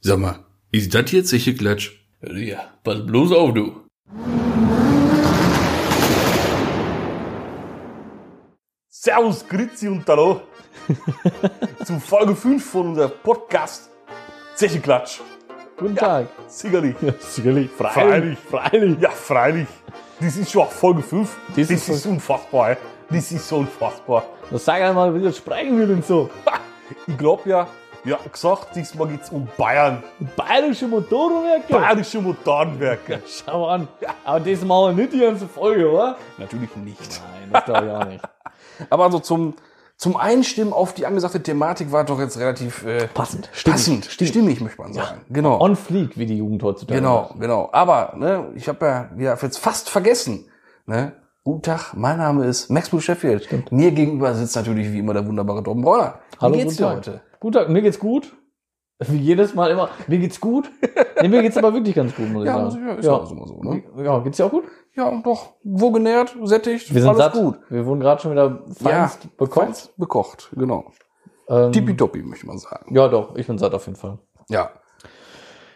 Sag mal, ist das jetzt sicher Klatsch? Ja, pass bloß auf, du. Servus, Grizi und Hallo zu Folge 5 von unserem Podcast Zecheklatsch. Guten Tag. Sicherlich. Ja, sicherlich. Freilich. Freilich. Ja, freilich. Das ist schon Folge 5. Das Das, ist ist, unfassbar. ey. Das ist so unfassbar. Na, sag einmal, wie das sprechen will und so. Ich glaube ja, ja gesagt, diesmal geht's um Bayern. Bayerische Motorwerke. Bayerische Motorenwerke. Schau an. Aber das machen wir nicht die ganze Folge, oder? Natürlich nicht. Nein, das glaube ich auch nicht. Aber also zum, zum Einstimmen auf die angesagte Thematik war doch jetzt relativ äh, Passend. Stimmt. passend. Stimmig, möchte man sagen. Genau. On fleek, wie die Jugend heutzutage Genau, genau. Aber ne, ich habe ja wieder jetzt fast vergessen. Ne? Guten Tag, mein Name ist Maxwell Sheffield. Mir gegenüber sitzt natürlich wie immer der wunderbare Tom Breuner. Hallo, wie geht's guten dir Tag. heute? Guten Tag. Mir geht's gut. Wie jedes Mal immer. Mir geht's gut. Nee, mir geht's aber wirklich ganz gut, muss ich Ja, muss ich- sagen. ja, ist ja. immer so, ne? Ja, geht's dir auch gut? Ja, doch, wohlgenährt, sättigt, Wir sind alles satt. gut. Wir wurden gerade schon wieder feinst bekommen. feinst bekocht, genau. Ähm, Tippitoppi, möchte man sagen. ja, doch. Ich bin satt auf jeden Fall. Ja,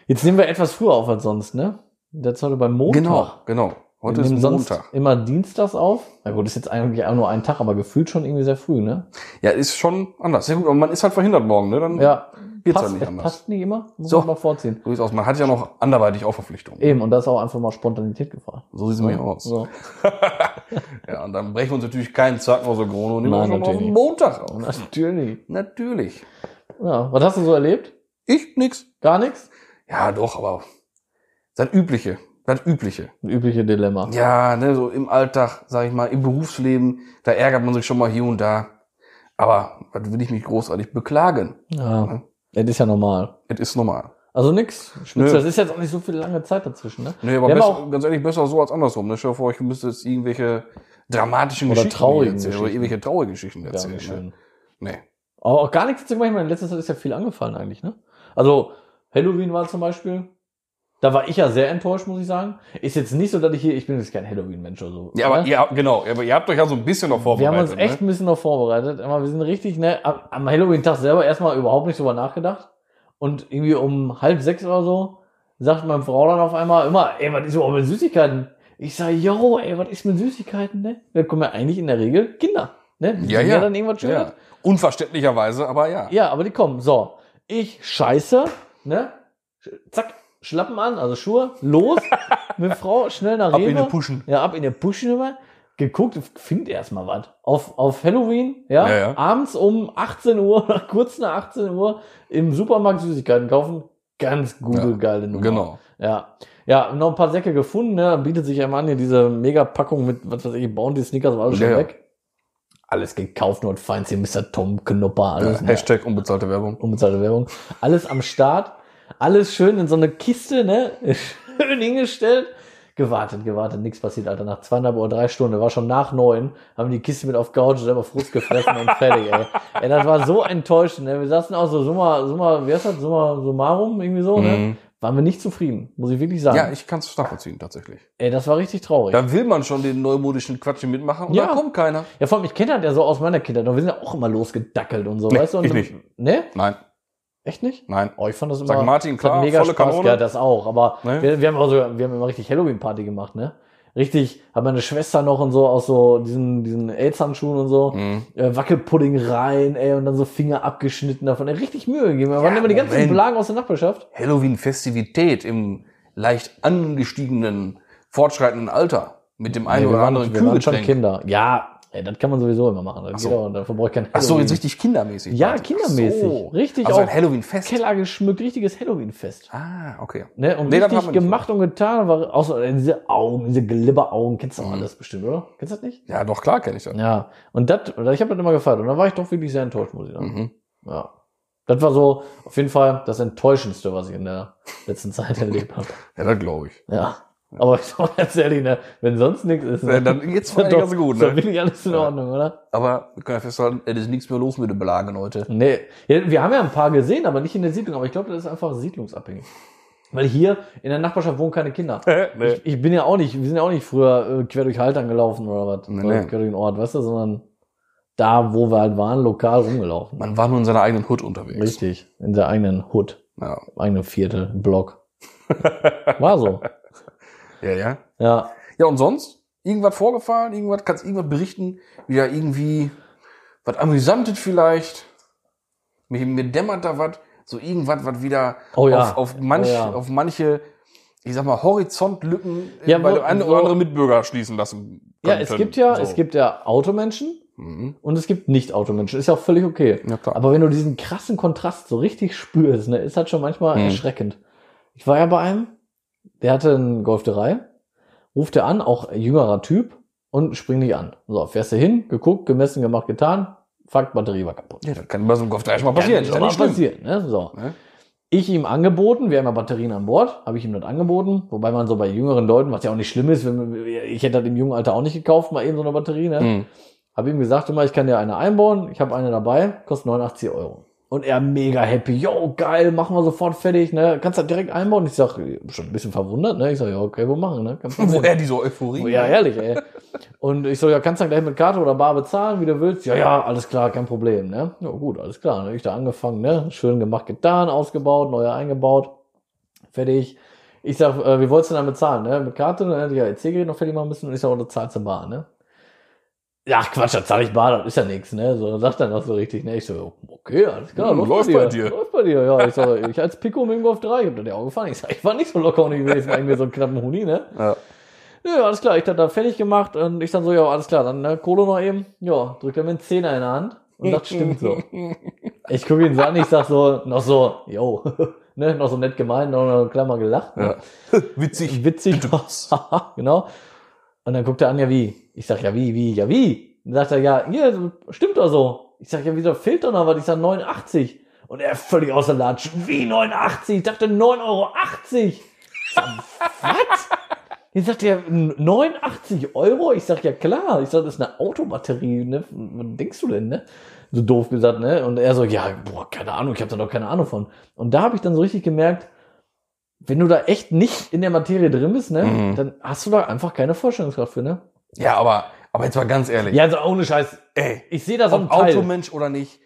Jetzt nehmen wir etwas früher auf als sonst, ne? Jetzt heute beim Montag. genau, genau. Heute wir ist nehmen sonst Montag. immer dienstags auf. Na gut, ist jetzt eigentlich auch nur ein Tag, aber gefühlt schon irgendwie sehr früh, ne? Ja, ist schon anders. Sehr gut, aber man ist halt verhindert morgen, ne? Dann Ja. geht's passt, halt nicht es anders. Passt nicht immer. Muss So. man mal vorziehen. So sieht's aus. Man hat ja noch anderweitig auch Verpflichtungen. Eben, und da ist auch einfach mal Spontanität gefragt. So sieht's nämlich aus. So. Ja, und dann brechen wir uns natürlich keinen Zacken aus der Krone und nehmen Nein, uns nochmal auf den natürlich. Montag auf. ne? Natürlich. Natürlich. Ja, was hast du so erlebt? Ich nix. Gar nichts? Ja, doch, aber das Übliche. Das Übliche. Ein übliche Dilemma. Ja, ne, so im Alltag, sag ich mal, im Berufsleben, da ärgert man sich schon mal hier und da. Aber was will ich mich großartig beklagen? Ja. Das ist ja normal. Es ist normal. Also nix. Spitze, Nö. das ist jetzt auch nicht so viel lange Zeit dazwischen, ne? Nee, aber Wir haben besser, auch- ganz ehrlich, besser so als andersrum. Ne? Stell dir vor, ich müsste jetzt irgendwelche dramatischen Oder Geschichten hier traurigen erzählen, oder Geschichten. irgendwelche traurigen Geschichten Ja, erzählen. wie ne? schön. Nee. Aber auch gar nichts zu machen. Ich meine, letztes Jahr ist ja viel angefallen eigentlich, ne? Also, Halloween war zum Beispiel. Da war ich ja sehr enttäuscht, muss ich sagen. Ist jetzt nicht so, dass ich hier, ich bin jetzt kein Halloween-Mensch oder so. Ja, aber ne? ihr habt, genau, aber ihr habt euch ja so ein bisschen noch wir vorbereitet. haben uns echt ne? ein bisschen noch vorbereitet. Aber wir sind richtig, ne, am am Halloween-Tag selber erstmal überhaupt nicht drüber nachgedacht. Und irgendwie um halb sechs oder so sagt meine Frau dann auf einmal immer, ey, was ist überhaupt mit Süßigkeiten? Ich sage, yo, ey, was ist mit Süßigkeiten, ne? Da kommen ja eigentlich in der Regel Kinder, ne? Die Ja, sind ja. dann irgendwas Schönes. ja. Unverständlicherweise, aber ja. Ja, aber die kommen. So, ich scheiße, ne? Sch- Zack, Schlappen an, also Schuhe, los, mit Frau schnell nach Ab in den Rewe. Pushen. Ja, ab in der Pushen immer. Geguckt, find erstmal was. Auf, auf Halloween, ja, Ja, ja. abends um 18 Uhr, oder kurz nach 18 Uhr, im Supermarkt Süßigkeiten kaufen. Ganz gute, Ja, geile Nummer. Genau. Ja. Ja, noch ein paar Säcke gefunden, ne? Bietet sich ja mal an, hier diese Mega-Packung mit, was weiß ich, Bounty Snickers war alles Ja, schon ja. weg. Alles gekauft, nur feins hier, Mr. Tom, Knopper, alles. Ja, ne? Hashtag unbezahlte Werbung. unbezahlte Werbung. Alles am Start, alles schön in so eine Kiste, ne? Schön hingestellt. Gewartet, gewartet, nichts passiert, Alter. Nach zweieinhalb oder drei Stunden, war schon nach neun, haben die Kiste mit auf Couch selber Frust gefressen und fertig, ey. ey. Das war so enttäuschend, ne? Wir saßen auch so, summa, summa, wie heißt das? Summa, summarum, irgendwie so, ne? Mhm. Waren wir nicht zufrieden, muss ich wirklich sagen. Ja, ich kann es nachvollziehen, tatsächlich. ey, das war richtig traurig. Da will man schon den neumodischen Quatsch mitmachen und Ja. da kommt keiner. ja, vor allem, ich kenne das ja so aus meiner Kindheit, und wir sind ja auch immer losgedackelt und so, Nee, weißt du? Und ich nicht. Ne? Nein, Echt nicht? nein. Oh, ich fand das immer. Sagt Martin, das hat klar, mega volle Spaß, Kanone. Ja, das auch. Aber Ne? wir, wir haben also, wir haben immer richtig Halloween-Party gemacht, ne? Richtig, hat meine Schwester noch und so aus so diesen, diesen AIDS-Handschuhen und so, Mhm. äh, Wackelpudding rein, ey, und dann so Finger abgeschnitten davon. Ey, richtig Mühe gegeben. Da waren immer die ganzen Moment. Blagen aus der Nachbarschaft. Halloween-Festivität im leicht angestiegenen, fortschreitenden Alter. Mit dem einen Nee, oder anderen wir waren schon Kühlgetränk. Kinder. Ja, ey, das kann man sowieso immer machen. Das so. geht auch, dafür brauche ich kein Ach so, Halloween. jetzt richtig kindermäßig. Ja, Warte. kindermäßig. Ach so. Richtig Also ein auch. Halloween-Fest. Keller geschmückt, richtiges Halloween-Fest. Ah, okay. Ne, und Nee, das haben richtig wir nicht gemacht und getan, war außer diese Augen, diese Glibberaugen, kennst du Mhm. auch alles bestimmt, oder? Kennst du das nicht? Ja, doch, klar kenne ich das. Ja, und das, ich habe das immer gefeiert und da war ich doch wirklich sehr enttäuscht, muss ich sagen. Mhm. Ja. Das war so auf jeden Fall das Enttäuschendste, was ich in der letzten Zeit erlebt habe. Ja, das glaube ich. Ja. Aber ich sag mal ganz ehrlich, ne, wenn sonst nichts ist, ne, Ja, Äh, dann geht's mir eigentlich ganz gut, Dann ne? bin ich alles in Ja. Ordnung, oder? Aber wir können ja festhalten, es ist nichts mehr los mit den Belagen heute. Nee. Ja, wir haben ja ein paar gesehen, aber nicht in der Siedlung. Aber ich glaube, das ist einfach siedlungsabhängig. Weil hier in der Nachbarschaft wohnen keine Kinder. nee. Ich, ich bin ja auch nicht, wir sind ja auch nicht früher äh, quer durch Haltern gelaufen oder was. Nee, oder nee. Quer durch den Ort, weißt du, sondern da, wo wir halt waren, lokal rumgelaufen. Man war nur in seiner eigenen Hut unterwegs. Richtig, in der eigenen Hood. Ja, Im eigenen Viertel, im Block. War so. ja, ja. Ja. Ja, und sonst? Irgendwas vorgefallen? Irgendwas? Kannst irgendwas berichten? Wieder irgendwie was Amüsantes vielleicht? Mir, mir dämmert da was. So irgendwas, was wieder Oh ja. auf, auf, manch, Oh ja. auf manche, ich sag mal, Horizontlücken äh, Ja, bei wo- dem einen wo- oder anderen Mitbürger schließen lassen. Ja, es könnten. gibt ja, So. es gibt ja Automenschen Mhm. und es gibt Nicht-Automenschen. Ist ja auch völlig okay. Ja, klar. Aber wenn du diesen krassen Kontrast so richtig spürst, ne, ist halt schon manchmal Mhm. erschreckend. Ich war ja bei einem, der hatte einen Golf 3, ruft er an, auch ein jüngerer Typ, und springt nicht an. So, fährst du hin, geguckt, gemessen, gemacht, getan, fuck, Batterie war kaputt. ja, das kann bei so einem Golf 3 schon mal passieren. Kann Ist ja nicht schlimm. passieren, ne? So. Ne? Ich ihm angeboten, wir haben ja Batterien an Bord, habe ich ihm das angeboten, wobei man so bei jüngeren Leuten, was ja auch nicht schlimm ist, wenn, ich hätte das im jungen Alter auch nicht gekauft, mal eben so eine Batterie, ne? Mhm. Habe ihm gesagt, immer, ich kann dir eine einbauen. Ich habe eine dabei, kostet 89 Euro. Und er mega happy, yo, geil, machen wir sofort fertig, ne? Kannst du das direkt einbauen? Ich sag, schon ein bisschen verwundert, ne? Ich sag, ja, okay, wir machen, ne? Kein Problem. Woher diese Euphorie? Oh Ja, ehrlich, ey. Und ich so, ja, kannst dann gleich mit Karte oder Bar bezahlen, wie du willst. Ja, ja, alles klar, kein Problem, ne? Ja, gut, alles klar. Ne? Ich da angefangen, ne? Schön gemacht, getan, ausgebaut, neuer eingebaut. Fertig. Ich sag, äh, wie wolltest du denn dann bezahlen, ne? Mit Karte, dann hätte ich ja EC-Gerät noch fertig machen müssen und ich sag, oder zahlst du Bar, ne? Ja, ach, Quatsch, da zahle ich Bar, das ist ja nichts, ne? So, dann sagt er noch so richtig, ne? Ich so, okay, alles klar, Hm, läuft, bei dir. dir. Läuft bei dir, ja. Ich sag, ich als Pico mit dem Golf 3, ich hab da die Augen gefahren. Ich sag, ich war nicht so locker und gewesen, irgendwie so einen knappen Huni, ne? Ja. Ja, alles klar, ich dann da fertig gemacht und ich dann so, ja, alles klar, dann ne, Kohle noch eben. Ja, drückt er mir einen Zehner in der Hand und das stimmt so. Ich gucke ihn so an, ich sag so, noch so, yo, ne, noch so nett gemeint, noch eine Klammer gelacht. Ne? Witzig. Witzig. genau. Und dann guckt er an, ja wie? Ich sag, ja wie, wie, ja wie? Dann sagt er, ja, hier, stimmt doch so. Ich sag, ja, wieso fehlt doch noch was? Ich sag, 89. Und er völlig außer Latsch. Wie 89? Ich dachte 9,80 Euro. Ich sag, was? Dann sagt er, 89 Euro? Ich sag, ja klar. Ich sag, das ist eine Autobatterie, ne? Was denkst du denn, ne? So doof gesagt, ne? Und er so, ja, boah, keine Ahnung, ich habe da doch keine Ahnung von. Und da habe ich dann so richtig gemerkt, wenn du da echt nicht in der Materie drin bist, ne, Mhm. dann hast du da einfach keine Vorstellungskraft für, ne? Ja, aber, aber jetzt mal ganz ehrlich. Ja, also ohne Scheiß. Ey, Ich sehe das am ob Teil. Automensch oder nicht.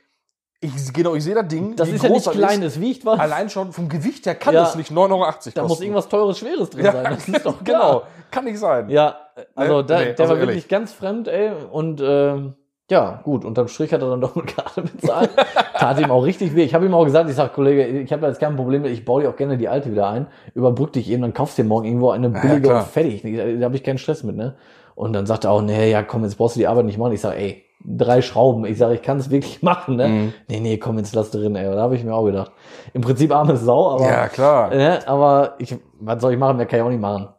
Ich, genau, ich sehe das Ding. Das wie ist ja groß nicht das klein, es wiegt was. Allein schon vom Gewicht her kann Ja. es nicht 9,80 Euro kosten. da muss irgendwas teures, schweres drin ja, sein. Das ist doch klar. genau. Kann nicht sein. Ja, also Nee, da, nee, der also war ehrlich. wirklich ganz fremd, ey. Und ähm, ja, gut, unterm Strich hat er dann doch mit Karte bezahlt. Tat ihm auch richtig weh. Ich habe ihm auch gesagt, ich sag, Kollege, ich habe da jetzt kein Problem mit, ich baue dir auch gerne die alte wieder ein. Überbrück dich eben, dann kaufst dir morgen irgendwo eine ja, billige klar. und fertig. Da, da habe ich keinen Stress mit, ne? Und dann sagt er auch, nee, ja, komm, jetzt brauchst du die Arbeit nicht machen. Ich sag, ey, drei Schrauben. Ich sag, ich kann es wirklich machen, ne? Mhm. Nee, nee, komm, jetzt lass drin, ey. Da habe ich mir auch gedacht. Im Prinzip arme Sau, aber Ja, klar. ja, Ne, aber ich, was soll ich machen? Mehr kann ich auch nicht machen.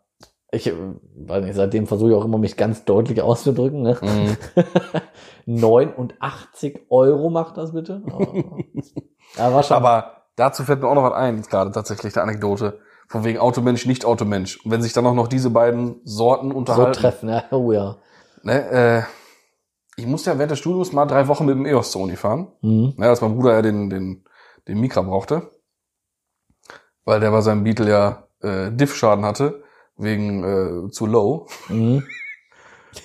Ich äh, weiß nicht, seitdem versuche ich auch immer, mich ganz deutlich auszudrücken. Ne? Mhm. 89 Euro macht das bitte. Aber, aber war schon. Aber dazu fällt mir auch noch was ein, jetzt gerade tatsächlich, der Anekdote. Von wegen Automensch, nicht Automensch. Und wenn sich dann auch noch diese beiden Sorten so unterhalten. treffen, ja. Oh ja. ne, äh, ich musste ja während des Studiums mal drei Wochen mit dem EOS zur Uni fahren. Mhm. Ja, dass mein Bruder ja den, den, den Mikra brauchte. Weil der bei seinem Beetle ja äh, Diff-Schaden hatte, wegen äh, zu low. Mhm.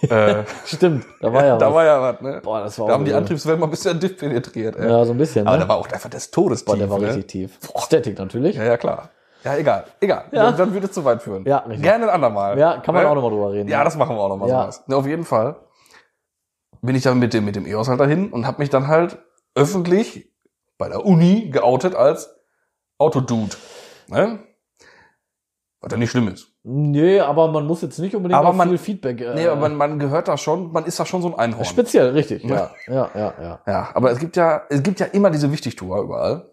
äh, Stimmt, da war ja da was. war ja was, ne? Boah, das war Da haben die übel. Antriebswellen mal ein bisschen Diff penetriert, ey. Ja, so ein bisschen. Aber ne? da war auch einfach des Todes Boah, der tief, war ne? richtig tief. Static natürlich. Ja, ja, klar. Ja, egal. Egal. Ja. Dann, dann würde es zu weit führen. Ja, richtig. Gerne ein andermal. Ja, kann man ne? auch nochmal drüber reden. Ja, das machen wir auch nochmal Ja. sowas. Ne, auf jeden Fall bin ich dann mit dem, mit dem EOS halt dahin und habe mich dann halt öffentlich bei der Uni geoutet als Autodude. Ne? Was ja nicht schlimm ist. Nee, aber man muss jetzt nicht unbedingt Aber noch man- viel Feedback. Äh, Nee, Ne, aber man, man gehört da schon, man ist da schon so ein Einhorn. speziell, richtig. Ja. Ja, ja, ja, ja. Ja, aber es gibt ja, es gibt ja immer diese Wichtigtuer überall.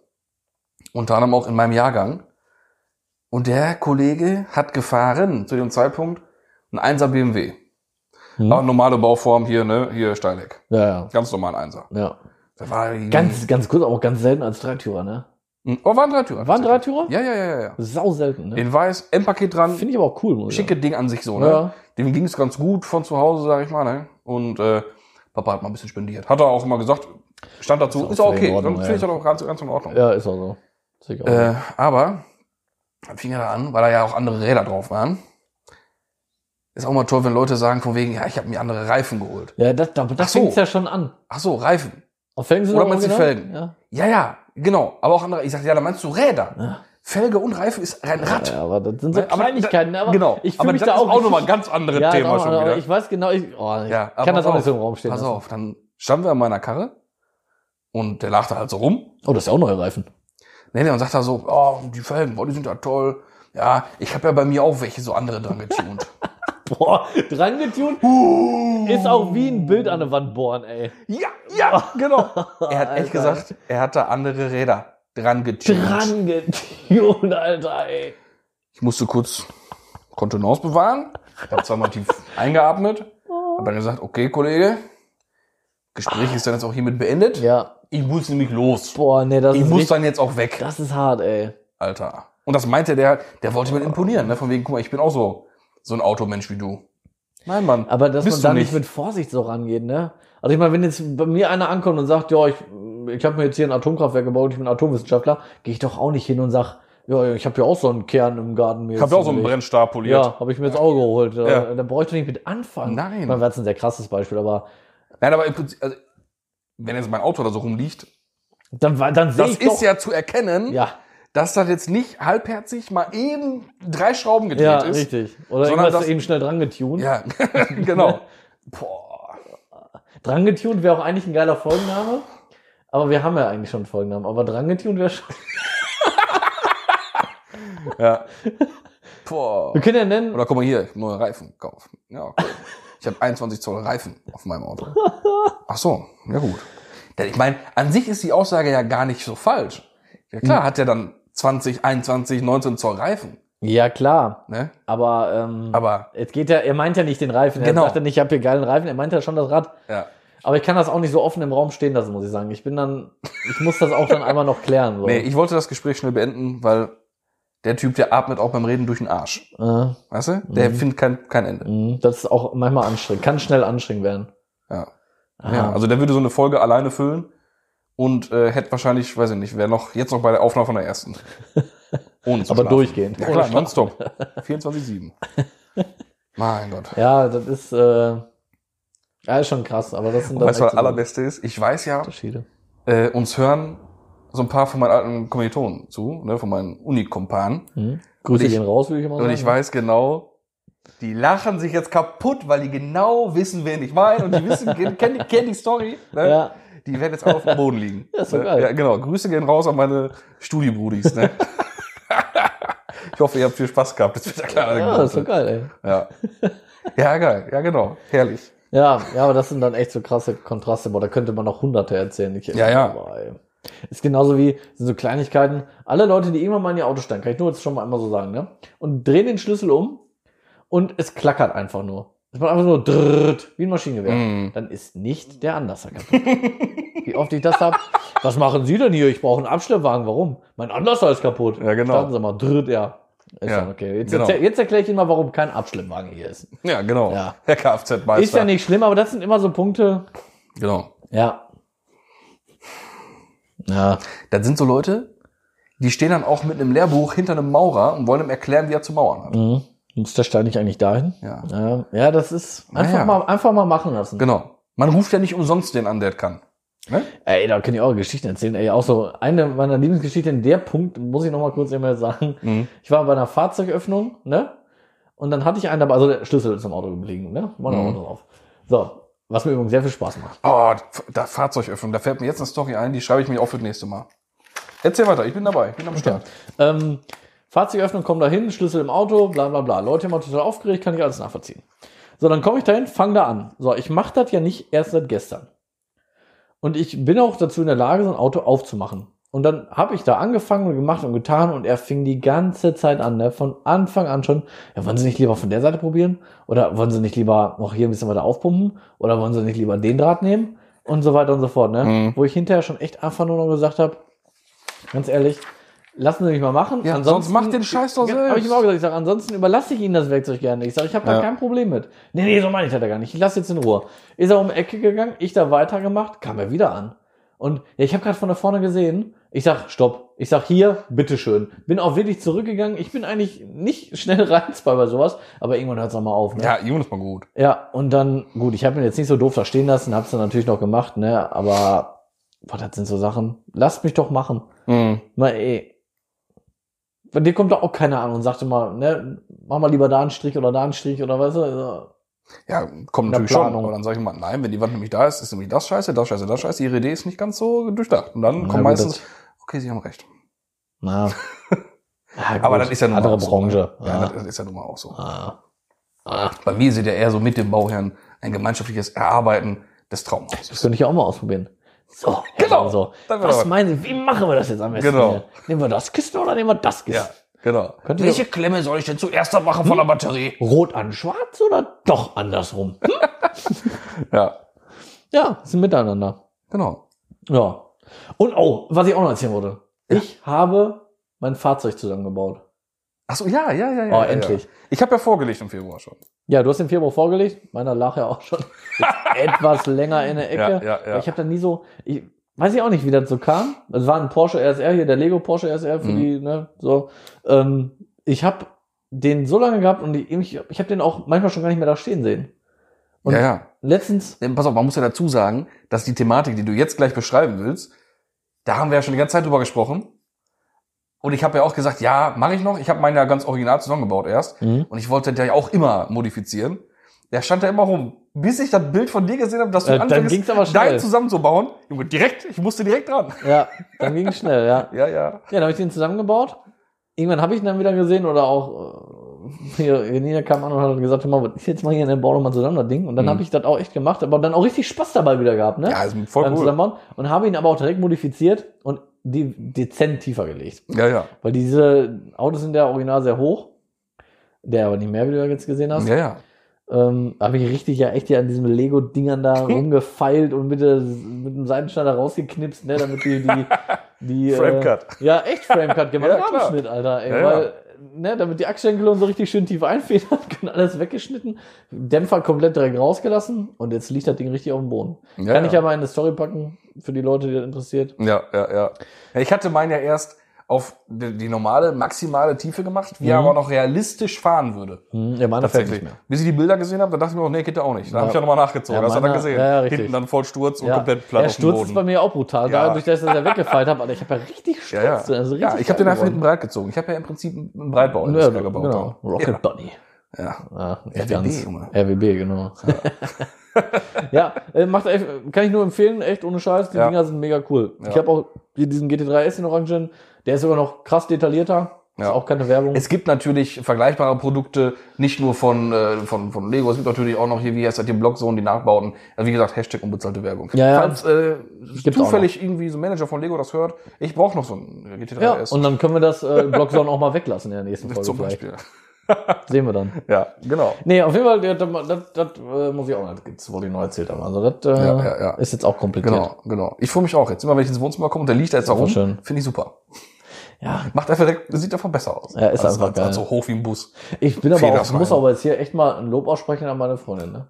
Unter anderem auch in meinem Jahrgang. Und der Kollege hat gefahren zu dem Zeitpunkt ein 1er BMW. Hm? Aber normale Bauform hier, ne? Hier Steileck. Ja, ja. Ganz normal ein 1er. ja. Der war Ganz, ganz kurz, aber auch ganz selten als Dreitürer, ne? Oh, waren Dreitürer. Waren Dreitürer? Ja, ja, ja, ja, ja. Sau selten, ne? In weiß, M-Paket dran, Finde ich aber auch cool, muss ich schicke Ding an sich so, sagen. ne? Ja. Dem ging's ganz gut von zu Hause, sag ich mal, ne? Und äh, Papa hat mal ein bisschen spendiert. Hat er auch immer gesagt, stand dazu, Ist auch ist auch völlig okay. in Ordnung, Dann finde ich ja. das auch ganz, ganz in Ordnung. ja, ist auch so. Ist egal. Äh, aber dann fing er da an, weil da ja auch andere Räder drauf waren. Ist auch mal toll, wenn Leute sagen, von wegen, ja, ich habe mir andere Reifen geholt. ja, das, da, Äh. ach das so. fängt's ja schon an. Ach so, Reifen. Auf Felgen sind Oder auch meinst du original? Felgen? Ja. Ja, ja, genau, aber auch andere. Ich sagte, ja, da meinst du Räder. Felge und Reifen ist ein Rad. Ja, aber das sind so Ne, aber Kleinigkeiten. da- aber genau. Ich Aber fühle mich das da ist auch auch noch mal ein ganz anderes ist Thema auch noch- schon aber wieder. Ich weiß genau, ich, oh, ich Ja, aber kann das pass auch nicht auf, so im Raum stehen. Pass lassen. auf, dann standen wir an meiner Karre und der lag da halt so rum. Oh, das ist ja auch neue Reifen. Nee, nee, und sagt da so, oh, die Felgen, boah, die sind ja toll. Ja, ich habe ja bei mir auch welche so andere dran getunt. Boah, dran getun Uh. ist auch wie ein Bild an der Wand bohren, ey. ja, ja, genau. Er hat Alter. echt gesagt, er hat da andere Räder dran getunt. Dran getun, Alter, ey. Ich musste kurz Kontenance bewahren. Ich habe zweimal tief eingeatmet. Oh. Hab dann gesagt, okay, Kollege, Gespräch ist dann jetzt auch hiermit beendet. Ja, Ich muss nämlich los. boah, nee, das Ich ist muss richtig- dann jetzt auch weg. das ist hart, ey. Alter. Und das meinte der, der wollte mir imponieren, ne? Von wegen, guck mal, ich bin auch so, so ein Automensch wie du. Nein, Mann. Aber dass Bist man du da nicht. nicht mit Vorsicht so rangeht, ne? Also ich meine, wenn jetzt bei mir einer ankommt und sagt, ja, ich, ich habe mir jetzt hier ein Atomkraftwerk gebaut, ich bin Atomwissenschaftler, gehe ich doch auch nicht hin und sag, ja, ich habe ja auch so einen Kern im Garten. Mir ich habe jetzt auch so einen zugelegt. Brennstab poliert. Ja, habe ich mir jetzt auch geholt. Da- Ja. Da bräuchte ich nicht mit anfangen. Nein. Ich meine, das ist ein sehr krasses Beispiel, aber Nein, aber im Prinzip, also, wenn jetzt mein Auto da so rumliegt, dann, wa- dann sehe das ich ist doch, ja zu erkennen, ja, dass das jetzt nicht halbherzig mal eben drei Schrauben gedreht ja ist. richtig. Oder Sondern irgendwas das- eben schnell drangetunt. Ja, genau. Boah. Drangetunt wäre auch eigentlich ein geiler Folgenname, aber wir haben ja eigentlich schon einen Folgennamen. Aber drangetunt wäre schon... Ja. Boah. Wir können ja nennen... Oder guck mal hier, neue Reifen kaufen. Ja, cool. Ich habe 21 Zoll Reifen auf meinem Auto. Ach so, ja gut. Denn ich meine, an sich ist die Aussage ja gar nicht so falsch. Ja klar, Hm. hat er dann 20, 21, 19 Zoll Reifen. Ja, klar. Ne? Aber... Ähm, Aber Es geht ja, er meint ja nicht den Reifen. Er Genau. sagt ja nicht, ich habe hier geilen Reifen. Er meint ja schon das Rad. ja, Aber ich kann das auch nicht so offen im Raum stehen lassen, muss ich sagen. Ich bin dann, ich muss das auch dann einmal noch klären. So. nee, ich wollte das Gespräch schnell beenden, weil der Typ, der atmet auch beim Reden durch den Arsch. äh, Weißt du? Der Mhm. findet kein, kein Ende. mh, mhm. das ist auch manchmal anstrengend. Kann schnell anstrengend werden. Ja. Ah, Ja, also der würde so eine Folge alleine füllen und äh, hätte wahrscheinlich, weiß ich nicht, wäre noch jetzt noch bei der Aufnahme von der ersten. Ohne zu aber schlafen. durchgehend. Ja, klar, nonstop. 24-7. Mein Gott. Ja, das ist, äh, ja, ist schon krass. Aber das sind Und weißt du, was das echt so Allerbeste ist? Ich weiß ja, Unterschiede. äh, uns hören so ein paar von meinen alten Kommilitonen zu, ne, von meinen Unikompanen. Hm? Grüße Und ich- gehen raus, würde ich immer sagen. Und ich weiß genau, die lachen sich jetzt kaputt, weil die genau wissen, wen ich meine. Und die wissen, kennen die, kennen die Story. Ne? Ja, Die werden jetzt alle auf dem Boden liegen. Ja, ist doch geil. Ja, genau. Grüße gehen raus an meine Studiebrudis. Ne? ich hoffe, ihr habt viel Spaß gehabt. Das wird ja klar. ja das ist doch geil, ey. Ja. ja, geil. Ja, genau. Herrlich. Ja, ja, aber das sind dann echt so krasse Kontraste. Boah, da könnte man noch hunderte erzählen. Ich, Ja, ja. Boah, ey. Ist genauso wie sind so Kleinigkeiten. Alle Leute, die immer mal in ihr Auto steigen, kann ich nur jetzt schon mal einmal so sagen, ne? Und drehen den Schlüssel um und es klackert einfach nur. Es macht einfach nur drrrt, wie ein Maschinengewehr. Mm. Dann ist nicht der Anlasser kaputt. wie oft ich das hab. Was machen Sie denn hier? Ich brauche einen Abstellwagen. Warum? Mein Anlasser ist kaputt. Ja, genau. Starten Sie mal, drrrt, ja. Ist Ja, dann okay. Jetzt, genau. erzähl- jetzt erkläre ich Ihnen mal, warum kein Abschleppwagen hier ist. Ja, genau. Ja. Herr Kfz-Meister. Ist ja nicht schlimm, aber das sind immer so Punkte. Genau. Ja. Ja. Dann sind so Leute, die stehen dann auch mit einem Lehrbuch hinter einem Maurer und wollen ihm erklären, wie er zu mauern hat. Mhm. Muss der Stein nicht eigentlich dahin? Ja. Ja, ja das ist einfach, Naja. mal, einfach mal machen lassen. Genau. Man ruft ja nicht umsonst den an, der es kann. Ne? Ey, da kann ich auch Geschichten erzählen. Ey, auch so eine meiner Lieblingsgeschichten, der Punkt, muss ich noch mal kurz immer sagen. Mhm. Ich war bei einer Fahrzeugöffnung, ne? Und dann hatte ich einen dabei, also der Schlüssel ist im Auto geblieben, ne? War noch Mhm. drauf. So, was mir übrigens sehr viel Spaß macht. Oh, da Fahrzeugöffnung. Da fällt mir jetzt eine Story ein, die schreibe ich mir auch für das nächste Mal. Erzähl weiter, ich bin dabei, ich bin am Start. Ähm, Fahrzeugöffnung, komm da hin, Schlüssel im Auto, bla bla bla. Leute immer total aufgeregt, kann ich alles nachvollziehen. So, dann komme ich dahin, fang da an. So, ich mache das ja nicht erst seit gestern. Und ich bin auch dazu in der Lage, so ein Auto aufzumachen. Und dann habe ich da angefangen und gemacht und getan und er fing die ganze Zeit an, ne? von Anfang an schon, ja, wollen Sie nicht lieber von der Seite probieren? Oder wollen Sie nicht lieber noch hier ein bisschen weiter aufpumpen? Oder wollen Sie nicht lieber den Draht nehmen? Und so weiter und so fort, ne? Mhm. Wo ich hinterher schon echt einfach nur noch gesagt habe, ganz ehrlich, lassen Sie mich mal machen. Ja, sonst macht den Scheiß doch Habe ich selbst. ihm auch gesagt, ich sage, ansonsten überlasse ich Ihnen das Werkzeug gerne. Ich sage, ich habe da Ja. kein Problem mit. Nee, nee, so meine ich das ja gar nicht. Ich lasse jetzt in Ruhe. Ist er um die Ecke gegangen, ich da weitergemacht, kam er wieder an. Und ja, ich habe gerade von da vorne gesehen. Ich sag, stopp. Ich sag hier, bitteschön. Bin auch wirklich zurückgegangen. Ich bin eigentlich nicht schnell reizbar bei sowas, aber irgendwann hört es mal auf. Ne? Ja, Jonas mal gut. Ja, und dann, gut, ich habe ihn jetzt nicht so doof da stehen lassen, hab's dann natürlich noch gemacht, ne? Aber Boah, das sind so Sachen. Lasst mich doch machen. Mhm. Mal ey. Bei dir kommt doch auch keiner an und sagt immer, ne, mach mal lieber da einen Strich oder da einen Strich oder weißt du. also, Ja, kommt In der natürlich schon. Planung. Aber dann sage ich mal, nein, wenn die Wand nämlich da ist, ist nämlich das scheiße, das scheiße, das scheiße. Ihre Idee ist nicht ganz so durchdacht. Und dann na kommt gut, meistens, das- okay, sie haben recht. Na. Ja, Aber gut. das ist ja nun mal andere auch so, Branche. Ja, Ah. das ist ja nun mal auch so. Ah. Ah. Bei mir sieht ja eher so mit dem Bauherrn ein gemeinschaftliches Erarbeiten des Das Traumhauses. könnte ich ja auch mal ausprobieren. So, Genau. genau. So. Dann wird Was aber- meinen Sie, wie machen wir das jetzt am besten? Genau. hier? Nehmen wir das Kissen oder nehmen wir das Kissen? Ja, genau. Könnt ihr- Welche Klemme soll ich denn zuerst da machen von der Batterie? Rot an schwarz oder doch andersrum? Hm? Ja, ja, das ist ein Miteinander. genau. Ja. Und oh, was ich auch noch erzählen wollte. Ich habe mein Fahrzeug zusammengebaut. Ach so, ja, ja, ja, ja. oh, ja, endlich. Ja. Ich habe ja vorgelegt im Februar schon. Ja, du hast den Februar vorgelegt. Meiner lag ja auch schon etwas länger in der Ecke. Ja, ja, ja. Aber ich habe da nie so, ich weiß ich auch nicht, wie das so kam. Es war ein Porsche RSR hier, der Lego Porsche RSR für Mhm. die, ne, so. Ähm, ich habe den so lange gehabt und ich, ich habe den auch manchmal schon gar nicht mehr da stehen sehen. Und ja, ja. letztens, Denn Pass auf, man muss ja dazu sagen, dass die Thematik, die du jetzt gleich beschreiben willst, da haben wir ja schon die ganze Zeit drüber gesprochen. Und ich habe ja auch gesagt, ja, mache ich noch. Ich habe meinen ja ganz original zusammengebaut erst. Mhm. Und ich wollte den ja auch immer modifizieren. Der stand da immer rum. Bis ich das Bild von dir gesehen habe, dass du Äh, dann ging's aber schnell. deinen zusammenzubauen. Junge, direkt, ich musste direkt dran. ja, dann ging es schnell, ja. Ja, ja. Ja, dann habe ich den zusammengebaut. Irgendwann habe ich ihn dann wieder gesehen oder auch äh, hier, Janina kam an und hat gesagt, hör mal, was ist jetzt mal hier in der Bau nochmal zusammen das Ding? Und dann Mhm. habe ich das auch echt gemacht, aber dann auch richtig Spaß dabei wieder gehabt, ne? Ja, ist voll beim cool. Zusammenbauen und habe ihn aber auch direkt modifiziert und die dezent tiefer gelegt. Ja, ja. Weil diese Autos sind ja original sehr hoch. Der aber nicht mehr, wie du ja jetzt gesehen hast. Ja, ja. Ähm, habe ich richtig ja echt ja an diesen Lego-Dingern da rumgefeilt und mit, der, mit dem Seitenschneider rausgeknipst, ne, damit die, die, die äh, Framecut. ja, echt Framecut gemacht. Ja, Ja, klar. Rahmenschnitt, Alter. Ey, Ja, ja. weil, Ne, damit die Achsschenkel und so richtig schön tief einfedern können, alles weggeschnitten, Dämpfer komplett direkt rausgelassen und jetzt liegt das Ding richtig auf dem Boden. Ja, Kann ja. ich ja mal in eine Story packen, für die Leute, die das interessiert. Ja, ja, ja. ja ich hatte meinen ja erst auf die, die normale, maximale Tiefe gemacht, wie er Mhm. aber noch realistisch fahren würde. Hm, ja, meiner fällt Tatsächlich. nicht mehr. Bis ich die Bilder gesehen habe, da dachte ich mir auch, nee, geht der auch nicht. Da habe Ja. ich ja nochmal nachgezogen. Ja, Hast du dann meiner- gesehen. ja, ja, richtig. Hinten dann voll Sturz und Ja. komplett platt ja, auf dem Sturz Boden. ist bei mir auch brutal, Ja. dadurch, dass ich das ja weggefeilt habe, Alter, ich habe ja richtig Sturz. ja, ja. Also richtig ja, ich habe den geil einfach hinten geworden. breit gezogen. Ich habe ja im Prinzip einen Breitbau den ja, ich da gebaut. genau. habe. Rocket Bunny. Ja, ja. Ja, nicht RWB, ganz. Junge. RWB, genau. Ja, äh, macht echt, kann ich nur empfehlen, echt ohne Scheiß, die Ja. Dinger sind mega cool. Ja. Ich habe auch hier diesen GT3S in Orangen, der ist sogar noch krass detaillierter. Ja. Ist auch keine Werbung. Es gibt natürlich vergleichbare Produkte, nicht nur von, äh, von, von Lego, es gibt natürlich auch noch hier, wie heißt das, den Blogzone, die Nachbauten. Also wie gesagt, Hashtag unbezahlte Werbung. Ja, ja. Falls äh, Gibt's auch zufällig irgendwie so ein Manager von Lego das hört, ich brauche noch so ein äh, GT3 ja, S. und dann können wir das äh, Blockzone auch mal weglassen in der nächsten Folge. zum vielleicht. Beispiel. Sehen wir dann. Ja, genau. Nee, auf jeden Fall, das, das, das äh, muss ich auch noch, das wurde ich neu erzählt haben. Also das äh, Ja, ja, ja. ist jetzt auch kompliziert. Genau, genau. Ich freue mich auch jetzt. Immer wenn ich ins Wohnzimmer komme und der liegt da jetzt da Voll rum, schön. finde ich super. Ja, Macht einfach direkt, sieht einfach besser aus. Also, Ja, ist einfach geil. so hoch wie ein Bus. ich bin aber auch, Federfrei. muss aber jetzt hier echt mal ein Lob aussprechen an meine Freundin, ne?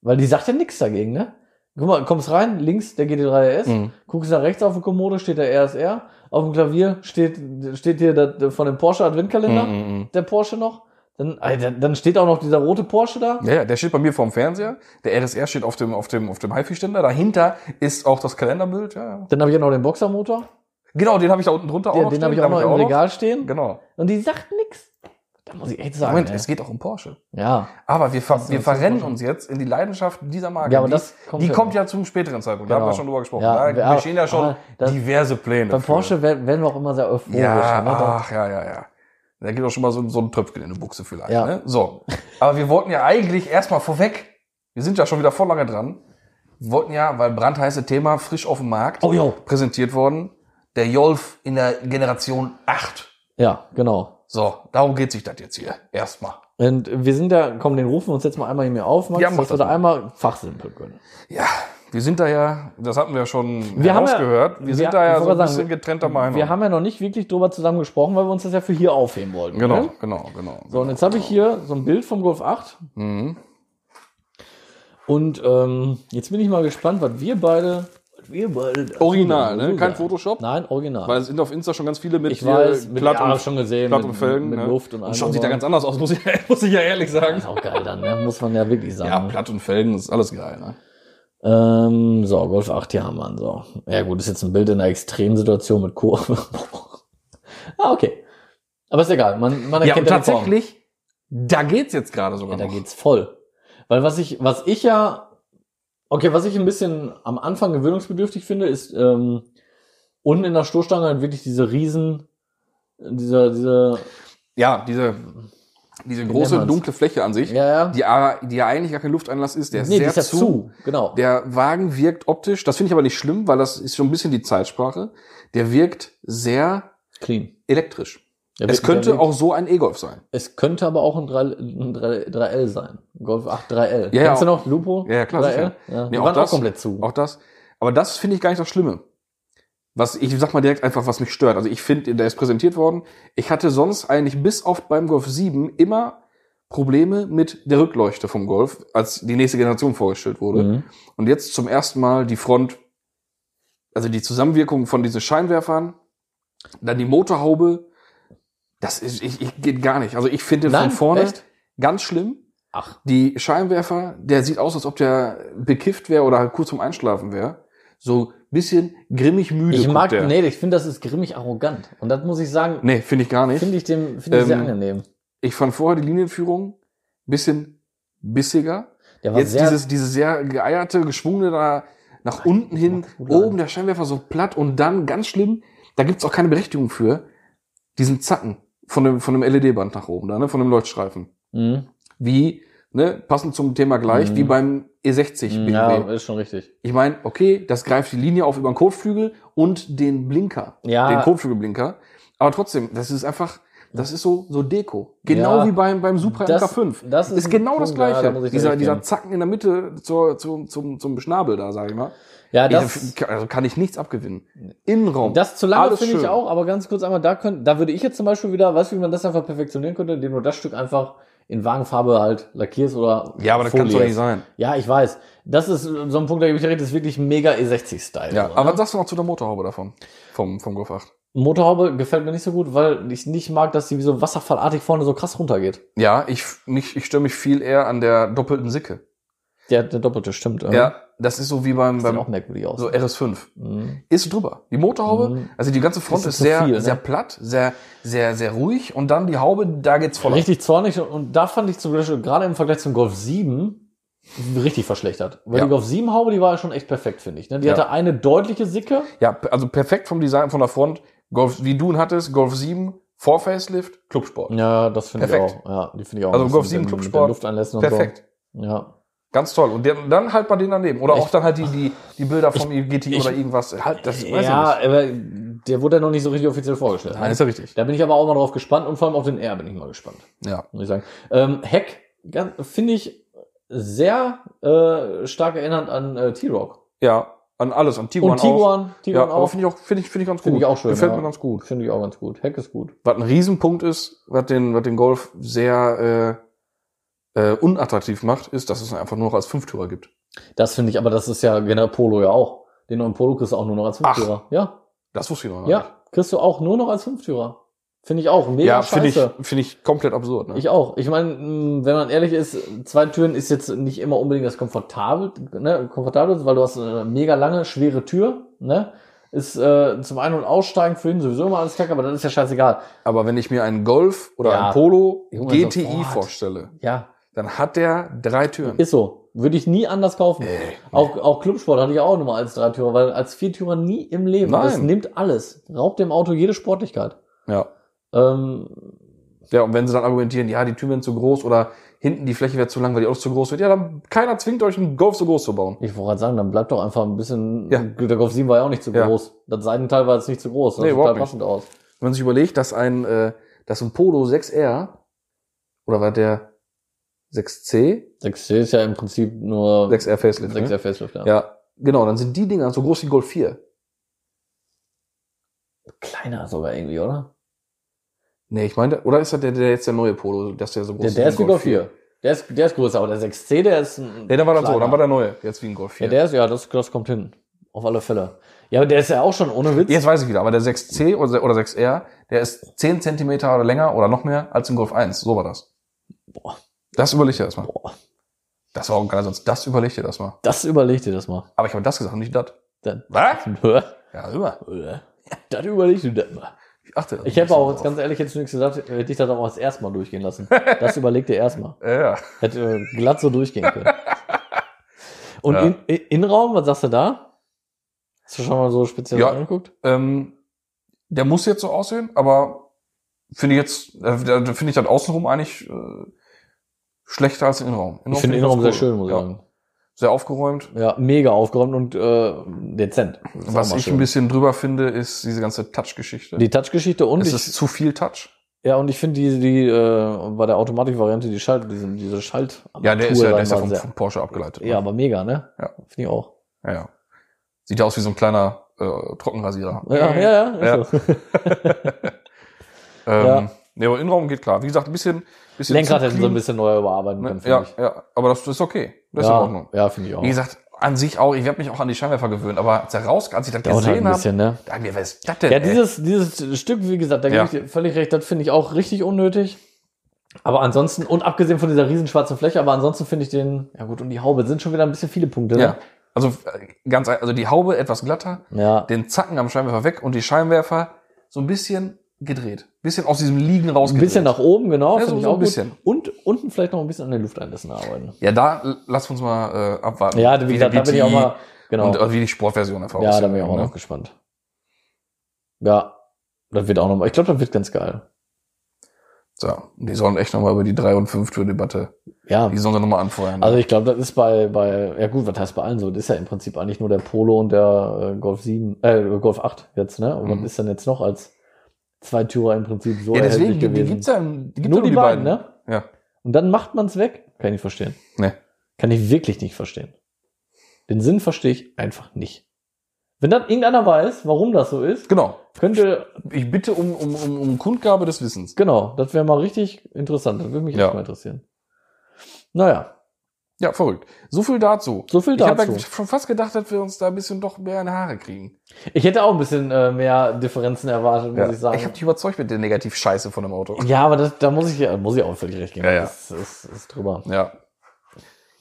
Weil die sagt ja nichts dagegen, ne? Guck mal, kommst rein, links der GT3S, Mhm. guckst nach rechts auf die Kommode, steht der RSR, auf dem Klavier steht, steht hier das, von dem Porsche Adventkalender, Mhm. der Porsche noch, dann, Alter, dann steht auch noch dieser rote Porsche da. Ja, ja, der steht bei mir vorm Fernseher. Der RSR steht auf dem, auf dem, auf dem HiFi-Ständer. Dahinter ist auch das Kalenderbild. Ja, ja. Dann habe ich ja noch den Boxermotor, Genau, den habe ich da unten drunter den, den habe ich auch noch im Regal stehen. Genau. Und die sagt nichts. Da muss ich echt sagen. Moment, ey. es geht auch um Porsche. ja. Aber wir, ver ist wir das verrennen Porsche? uns jetzt in die Leidenschaft dieser Marke. Ja, aber die das kommt die ja kommt noch. ja zum späteren Zeitpunkt. Da Genau. haben wir schon drüber gesprochen. Ja, da aber- bestehen ja schon aber das- diverse Pläne. Beim für. Porsche werden, werden wir auch immer sehr euphorisch. Ja, ne? Da- ach, ja, ja, ja. Da geht auch schon mal so, so ein Tröpfchen in die Buchse vielleicht. Ja. Ne? So. Aber wir wollten ja eigentlich erstmal vorweg, wir sind ja schon wieder voll lange dran, wir wollten ja, weil brandheiße Thema, frisch auf dem Markt, Oh, jo. präsentiert worden, der Jolf in der Generation 8. Ja, genau. So, darum geht sich das jetzt hier. Erstmal. Und wir sind da, komm, den rufen wir uns jetzt mal einmal hier mir auf, Max, Ja, mach dass das wir da mal. einmal fachsimpeln können. Ja, wir sind da ja, das hatten wir ja schon Wir haben ja- rausgehört, wir, wir- sind da ja ich so ein wollte sagen, bisschen wir- getrennter Meinung. Wir haben ja noch nicht wirklich drüber zusammen gesprochen, weil wir uns das ja für hier aufheben wollten. genau, Ne? genau, genau. So, und jetzt habe ich hier so ein Bild vom Golf 8. Mhm. Und ähm, jetzt bin ich mal gespannt, was wir beide. Was wir beide dazu Original, ne? sagen. Kein Photoshop? Nein, original. Weil es sind auf Insta schon ganz viele mit ich hier weiß, mit glatt ja, und schon gesehen. Platt mit, und Felgen. Mit ne? Luft und und allem schon sieht er dran. ganz anders aus, muss ich, muss ich ja ehrlich Ist sagen. auch geil dann, ne? muss man ja wirklich Ja, sagen. Platt und Felgen ist alles geil. Ne? Ähm, so, Golf 8 hier haben wir. ihn, So. Ja gut, ist jetzt ein Bild in einer Extremsituation mit Kurve. ah, okay. Aber ist egal, man, man Ja, und erkennt ja, die Form. tatsächlich, da geht's jetzt gerade Ja, sogar da noch. geht's voll. Weil was ich, was ich ja, okay, was ich ein bisschen am Anfang gewöhnungsbedürftig finde, ist ähm, unten in der Stoßstange halt wirklich diese riesen, dieser, dieser, Ja, diese, diese Wie große nennt man's? dunkle Fläche an sich, ja, ja, die, aber- die ja eigentlich gar kein Luftanlass ist, der ist nee, die sehr ist ja zu. zu, genau. Der Wagen wirkt optisch, das finde ich aber nicht schlimm, weil das ist so ein bisschen die Zeitsprache, der wirkt sehr Clean. elektrisch. Der es wird- könnte der wird- auch so ein E-Golf sein. Es könnte aber auch ein 3, ein 3, 3L sein. Golf 8 3L. Ja, ja, Kennst du auch- noch Lupo? Ja, ja, klar, 3L? Ja, die auch waren auch das- komplett zu. Auch das. Aber das finde ich gar nicht das Schlimme. Was, ich sag mal direkt einfach, was mich stört. Also ich finde, der ist präsentiert worden. Ich hatte sonst eigentlich bis oft beim Golf 7 immer Probleme mit der Rückleuchte vom Golf, als die nächste Generation vorgestellt wurde. Mhm. Und jetzt zum ersten Mal die Front, also die Zusammenwirkung von diesen Scheinwerfern, dann die Motorhaube. Das ist, ich, ich geht gar nicht. Also ich finde den Nein, von vorne echt? ganz schlimm. Ach. Die Scheinwerfer, der sieht aus, als ob der bekifft wäre oder halt kurz vorm Einschlafen wäre. So ein bisschen grimmig müde. Ich guckt mag, der. nee, ich finde, das ist grimmig arrogant. Und das muss ich sagen, Nee, finde ich gar nicht. finde ich dem, finde ich sehr Ähm, angenehm. Ich fand vorher die Linienführung ein bisschen bissiger. Der war Jetzt sehr, dieses, dieses sehr geeierte, geschwungene da nach unten hin, macht gut oben an. der Scheinwerfer so platt und dann ganz schlimm, da gibt's auch keine Berechtigung für, diesen Zacken von dem, von dem LED-Band nach oben, da, ne, von dem Leuchtstreifen. Mhm. Wie, ne, passend zum Thema gleich, Mhm. wie beim E E60 BMW. ja, ist schon richtig. Ich meine, okay, das greift die Linie auf über den Kotflügel und den Blinker, Ja. den Kotflügelblinker. Aber trotzdem, das ist einfach, das ist so, so Deko. Genau Ja. wie beim, beim Supra Das- MK5. das ist ist, ein genau Punkt, das ja, da Gleiche. muss ich dir dieser, recht dieser geben. Zacken in der Mitte zur, zum, zum, zum Schnabel da, sag ich mal. Ja, das, Ich, also kann ich nichts abgewinnen. Innenraum. das zu lange alles finde ich schön. auch, aber ganz kurz einmal, da könnt, da würde ich jetzt zum Beispiel wieder, weißt du, wie man das einfach perfektionieren könnte, indem du das Stück einfach in Wagenfarbe halt lackierst oder Ja, aber das kann doch folierst. nicht sein. Ja, ich weiß. Das ist äh, so ein Punkt, da gebe ich dir recht, das ist wirklich mega E E60-Style. Ja, so, aber ne? was sagst du noch zu der Motorhaube davon? Vom, vom Golf 8? Motorhaube gefällt mir nicht so gut, weil ich nicht mag, dass die wie so wasserfallartig vorne so krass runtergeht. Ja, ich, mich, ich störe mich viel eher an der doppelten Sicke. Der, der doppelte stimmt. ähm, Ja, das ist so wie beim, Sieht auch beim merkwürdig aus. so RS5. Mhm. ist drüber. Die Motorhaube, Mhm. also die ganze Front Bisschen ist zu sehr, viel, ne? sehr platt, sehr, sehr, sehr ruhig und dann die Haube, da geht's voll ab. Richtig zornig und- und da fand ich zum Beispiel gerade im Vergleich zum Golf 7 richtig verschlechtert. Weil Ja. die Golf 7 Haube, die war ja schon echt perfekt, finde ich. ne? Die Ja. hatte eine deutliche Sicke. Ja, p- also perfekt vom Design von der Front. Golf, wie du ihn hattest, Golf 7, vor Facelift, Clubsport. Ja, das finde ich Perfekt. auch. Ja, die finde ich auch. Also mit Golf den- 7 mit den Clubsport. Lufteinlässen und Perfekt. so. Ja. Ganz toll. Und der, dann halt bei denen daneben. Oder auch dann halt die, die, die Bilder vom GT ich- oder irgendwas. Halt, das weiß ich ja, nicht. aber der wurde ja noch nicht so richtig offiziell vorgestellt. Nein, ist ja richtig. Da bin ich aber auch mal drauf gespannt und vor allem auf den R bin ich mal gespannt, Ja. muss ich sagen. Ähm, Heck gan- finde ich sehr äh, stark erinnernd an äh, T-Rock. Ja. An alles, an Tiguan, Und Tiguan, auch. Ja, Tiguan aber auch. finde ich auch, finde ich, finde ich ganz gut. Finde ich auch schön, Gefällt ja. mir ganz gut. Finde ich auch ganz gut. Heck ist gut. was ein Riesenpunkt ist, was den, was den Golf sehr äh, äh, unattraktiv macht, ist, dass es ihn einfach nur noch als Fünftürer gibt. Das finde ich, aber das ist ja generell Polo ja auch. Den neuen Polo kriegst du auch nur noch als Ach. Fünftürer. Ja, Das wusste ich noch gar nicht. ja. Kriegst du auch nur noch als Fünftürer. Finde ich auch. Mega ja, finde scheiße. ich, finde ich komplett absurd. Ne? Ich auch. Ich meine, mh, wenn man ehrlich ist, zwei Türen ist jetzt nicht immer unbedingt das komfortabel, ne, komfortabelste, weil du hast eine mega lange, schwere Tür, ne? Ist äh, zum Ein- und Aussteigen für ihn sowieso immer alles kacke, aber dann ist ja scheißegal. Aber wenn ich mir einen Golf oder Ja. einen Polo Junge, GTI sofort. vorstelle, Ja, dann hat der drei Türen. ist so. Würde ich nie anders kaufen. Ey, Auch, auch Clubsport hatte ich auch nur mal als Dreitürer, weil als Viertürer nie im Leben. Das Nein. nimmt alles. Raubt dem Auto jede Sportlichkeit. ja. Ähm, ja, und wenn sie dann argumentieren, ja, die Türen werden zu groß oder hinten die Fläche wird zu lang, weil die Autos zu groß wird, ja, dann keiner zwingt euch, einen Golf so groß zu bauen. ich wollte gerade sagen, dann bleibt doch einfach ein bisschen. Ja. Der Golf 7 war ja auch nicht zu Ja. groß. Das Seitenteil war jetzt nicht zu groß. Das Nee, sieht überhaupt total nicht. passend aus. Wenn man sich überlegt, dass ein, äh, dass ein Polo 6R oder war der 6C? 6C ist ja im Prinzip nur 6R Facelift. 6 ne? r Facelift, ja. Ja, genau, dann sind die Dinger so groß wie Golf 4. Kleiner sogar irgendwie, oder? Nee, ich meine, oder ist das der, der jetzt der neue Polo, dass der so groß Der, der ist wie Golf 4. Der ist, der ist größer, aber der 6C, der ist ein Ja, dann war das so, kleiner. dann war der neue, jetzt wie ein Golf 4. Ja, der ist, ja, das, das kommt hin. Auf alle Fälle. Ja, aber der ist ja auch schon ohne Witz. jetzt weiß ich wieder, aber der 6C oder, oder 6R, der ist 10 Zentimeter oder länger oder noch mehr als im Golf 1. So war das. Boah. Das überleg dir erstmal. Boah. Das war auch ein geiler Satz. Das überleg dir das mal. Das überleg dir das mal. Aber ich habe das gesagt, nicht das. Dann, Was? Ja, immer. dann überleg dir das mal. Ich achte. da Ich hätte auch jetzt drauf. ganz ehrlich jetzt nichts gesagt, hätte ich das auch als erstmal durchgehen lassen. Das überleg dir erstmal. Ja, ja. Hätte äh, glatt so durchgehen können. Und Ja. in, in, Innenraum, was sagst du da? Hast du schon mal so speziell Ja. angeguckt? Ähm, der muss jetzt so aussehen, aber finde ich jetzt, äh, da- da finde ich das außenrum eigentlich äh, schlechter als den Innenraum. Ich finde das Innenraum sehr cool. schön, muss ich ja. sagen. Sehr aufgeräumt. Ja, mega aufgeräumt und äh, dezent. Das ist auch Was mal ich schön. ein bisschen drüber finde, ist diese ganze Touch-Geschichte. Die Touch-Geschichte und Es ich, ist zu viel Touch. ja, und ich finde die, die äh, bei der Automatikvariante, die Schalt, diese, diese Schalt. Ja, der ist ja, der ist ja vom, sehr- vom Porsche abgeleitet. Ja, aber mega, ne? Ja. Finde ich auch. ja, ja. Sieht ja aus wie so ein kleiner äh, Trockenrasierer. Ja, ja, ja. ist Ja. so. Ähm, Ja. Nee, aber Innenraum geht klar. Wie gesagt, ein bisschen, bisschen Lenkrad zu hätten sie ein clean, bisschen neu überarbeiten können, ne? finde Ja, ich. ja, aber das, das ist okay. Das ist in Ordnung. ja, ja finde ich auch. Wie gesagt, an sich auch, ich werde mich auch an die Scheinwerfer gewöhnen, aber als, er raus, als ich das Dauert halt gesehen ein bisschen, ne? habe, dachte ich mir, was ist das denn? Ja, ey? dieses, dieses Stück, wie gesagt, da Ja. gebe ich dir völlig recht, das finde ich auch richtig unnötig. Aber ansonsten, und abgesehen von dieser riesen schwarzen Fläche, aber ansonsten finde ich den, ja gut, und die Haube sind schon wieder ein bisschen viele Punkte. ja. Also äh, ganz ein- also die Haube etwas glatter, Ne? ja. den Zacken am Scheinwerfer weg und die Scheinwerfer so ein bisschen gedreht. Bisschen aus diesem Liegen Ein rausgedreht. bisschen nach oben, genau. Ja, finde so- ich so auch ein gut. bisschen. Und unten vielleicht noch ein bisschen an den Lufteinlässen arbeiten. Ja, da äh, lass uns mal äh, abwarten. Ja, wie gesagt, der da bin ich GTI auch mal, genau. Und äh, wie die Sportversion einfach ja, aussieht, da bin ich auch mal ne? noch gespannt. Ja, das wird auch nochmal, ich glaube, das wird ganz geil. So, die sollen echt nochmal über die 3- und 5-Tür-Debatte, Ja, die sollen sie nochmal anfeuern. ne? Also ich glaube, das ist bei, bei, ja gut, was heißt bei allen so? Das ist ja im Prinzip eigentlich nur der Polo und der äh, Golf 7, äh, Golf 8 jetzt, ne? Und Mhm. was ist denn jetzt noch als Zweitürer im Prinzip so ja, erhältlich deswegen, die, die gewesen? gibt's ja, die gibt's ja nur die, beiden, ne? Ja. Und dann macht man es weg? Kann ich nicht verstehen. Nee. Kann ich wirklich nicht verstehen. Den Sinn verstehe ich einfach nicht. Wenn dann irgendeiner weiß, warum das so ist, Genau. könnte, Ich bitte um, um, um, um Kundgabe des Wissens. genau, das wäre mal richtig interessant. Das würde mich Ja. echt mal interessieren. Naja, Ja, verrückt. So viel dazu. so viel Ich habe dazu. ja schon fast gedacht, dass wir uns da ein bisschen doch mehr in die Haare kriegen. Ich hätte auch ein bisschen äh, mehr Differenzen erwartet, muss ich sagen. ich habe dich überzeugt mit der Negativ-Scheiße von dem Auto. ja, aber das, da muss ich, ja- muss ich auch völlig recht geben. Ja, ja. Das, ist- ist drüber. Ja.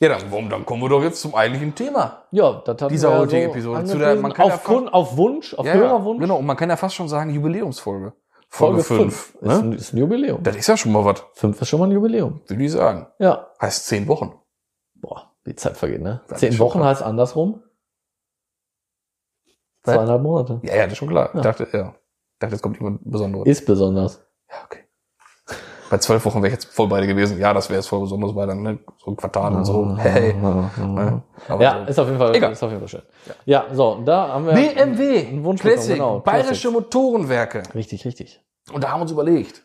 Ja, dann, warum, dann kommen wir doch jetzt zum eigentlichen Thema. Ja, das hat Dieser heutige Episode. Zu der- man kann ja auf, Kun- auf Wunsch, auf Hörerwunsch. Genau, und man kann ja fast schon sagen, Jubiläumsfolge. Folge fünf, 5. Ist, Ne? ein- ist ein Jubiläum. Das ist ja schon mal was, 5 ist schon mal ein Jubiläum. würde ich sagen. Ja. Heißt zehn Wochen. Boah, die Zeit vergeht, ne? Das ist Zehn schon Wochen krass. heißt andersrum. Was? Zweieinhalb Monate. Ja, ja, das ist schon klar. Ja. Ich dachte, ja. Ich dachte, jetzt kommt jemand Besonderes. Ist besonders. Ja, okay. Bei zwölf Wochen wäre ich jetzt voll beide gewesen. Ja, das wäre jetzt voll besonders, weil dann ne, so ein Quartal und Ah. so. Hey. Ne? Aber Oh. Ja, ist auf jeden Fall, Egal. ist auf jeden Fall schön. Ja, so, und da haben wir. einen BMW, Wunsch Classic, bekommen, genau, Bayerische Classic. Motorenwerke. Richtig, richtig. Und da haben wir uns überlegt,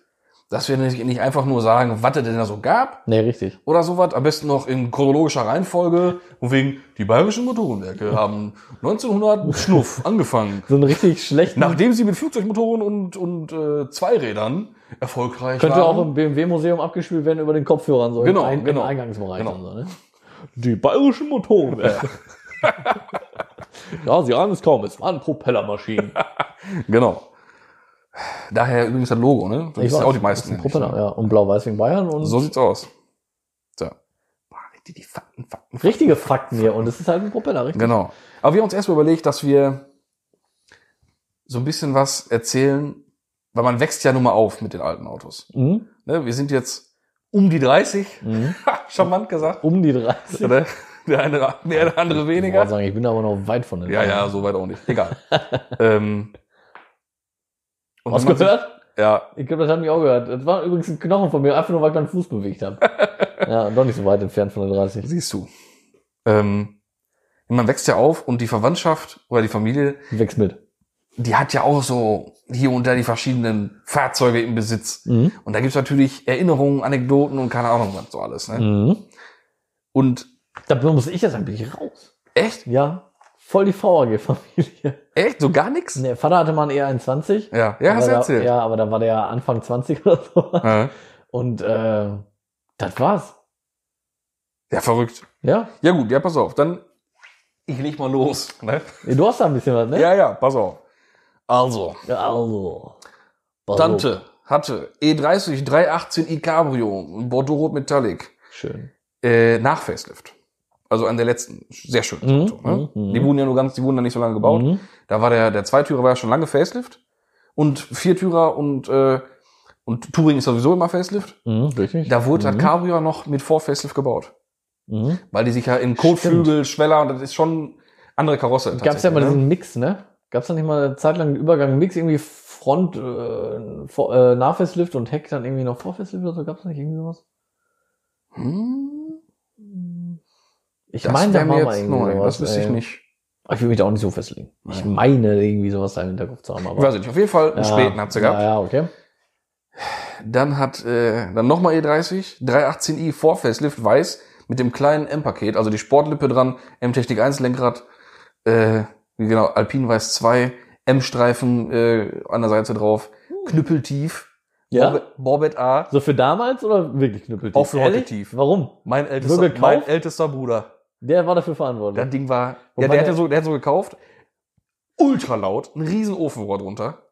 dass wir nicht nicht einfach nur sagen, was es denn da so gab Nee, richtig. oder sowas, am besten noch in chronologischer Reihenfolge, wo wegen die Bayerischen Motorenwerke haben 1900 Schnuff angefangen. So ein richtig schlechten. Nachdem sie mit Flugzeugmotoren und, und äh, Zweirädern erfolgreich Könnte waren. auch im BMW-Museum abgespielt werden über den Kopfhörern, so Genau, im, Ein genau. im Eingangsbereich. Genau. Und so, ne? Die bayerischen Motoren. ja, sie ahnen es kaum, es waren Propellermaschinen. Genau. Daher übrigens das Logo, ne? Da Ich wissen weiß, auch die meisten. das ist ein nicht, Propeller, ne? ja. Und blau-weiß wegen Bayern und So sieht's aus. So. Boah, die, die Fakten, Fakten. richtige Fakten hier. Und es ist halt ein Propeller, richtig? Genau. Aber wir haben uns erstmal überlegt, dass wir so ein bisschen was erzählen, weil man wächst ja nun mal auf mit den alten Autos. Mhm. Ne? Wir sind jetzt um die 30, Mhm. charmant gesagt. Um die 30. Ne? Der eine mehr, der andere Ich wollte weniger. sagen, ich bin aber noch weit von den Ja, ja, Bayern. so weit auch nicht. Egal. ähm, und Hast wenn du man sich- gehört? Ja, Ich glaube, das haben die auch gehört. Das war übrigens ein Knochen von mir, einfach nur, weil ich meinen Fuß bewegt habe. ja, doch nicht so weit entfernt von den 30. siehst du. Ähm, man wächst ja auf und die Verwandtschaft oder die Familie, Wächst mit. die hat ja auch so hier und da die verschiedenen Fahrzeuge im Besitz. Mhm. Und da gibt's natürlich Erinnerungen, Anekdoten und keine Ahnung, was so alles. Ne? Mhm. Und Da muss ich jetzt ein bisschen raus. echt? Ja, voll die VAG-Familie. Echt? So gar nichts? Der Vater hatte mal einen E21. Ja, ja, hast du aber da, erzählt. ja, aber da war der Anfang 20 oder so. Ja. Und äh, das war's. ja, verrückt. Ja, Ja gut, ja, pass auf. Dann, ich leg mal los. Ne? du hast da ein bisschen was, ne? Ja, ja, pass auf. Also, Ja, Also. Bordeaux. Dante hatte E E30 318 i Cabrio, Bordeaux Rot Metallic, Schön. äh, nach Facelift. Also an der letzten, sehr schön. Mhm, Auto, ne? mhm, mhm. Die wurden ja nur ganz, die wurden ja nicht so lange gebaut. Mhm. Da war der, der Zweitürer war ja schon lange Facelift. Und Viertürer und, äh, und Touring ist sowieso immer Facelift. Mhm, richtig. Da wurde Mhm. das Cabrio noch mit Vor-Facelift gebaut. Mhm. Weil die sich ja in Kotflügel, Schweller und das ist schon andere Karosse. Gab es ja mal tatsächlich, ne? diesen Mix, ne? Gab es da nicht mal eine Zeit lang einen Übergang, einen Mix irgendwie Front, äh, vor, äh, Nahfestlift und Heck dann irgendwie noch Vorfestlift oder so? Gab es nicht irgendwie sowas? Hm, Ich das meine, wär da mir war mal jetzt irgendwie neu. sowas. das wüsste ich ey. nicht. Aber Ich will mich da auch nicht so festlegen. Ich meine, irgendwie sowas da im Hinterkopf zu haben. Aber Ich weiß nicht. Auf jeden Fall einen späten hat sie gehabt. Ja, ja, okay. Dann hat äh, dann nochmal E30, 318i Vorfacelift weiß mit dem kleinen M-Paket, also die Sportlippe dran, M-Technik 1 Lenkrad, äh, wie genau, Alpin Weiß 2, M-Streifen äh, an der Seite drauf, knüppeltief, Hm. Ja? Borbet, Borbet A. So für damals oder wirklich knüppeltief? Auch für heute Ehrlich? tief. Warum? Mein Nur ältester, gekauft? mein ältester Bruder. Der war dafür verantwortlich. Das Ding war, Wobei ja, der, hat der- ja so, der hat so gekauft, ultra laut, ein riesen Ofenrohr drunter.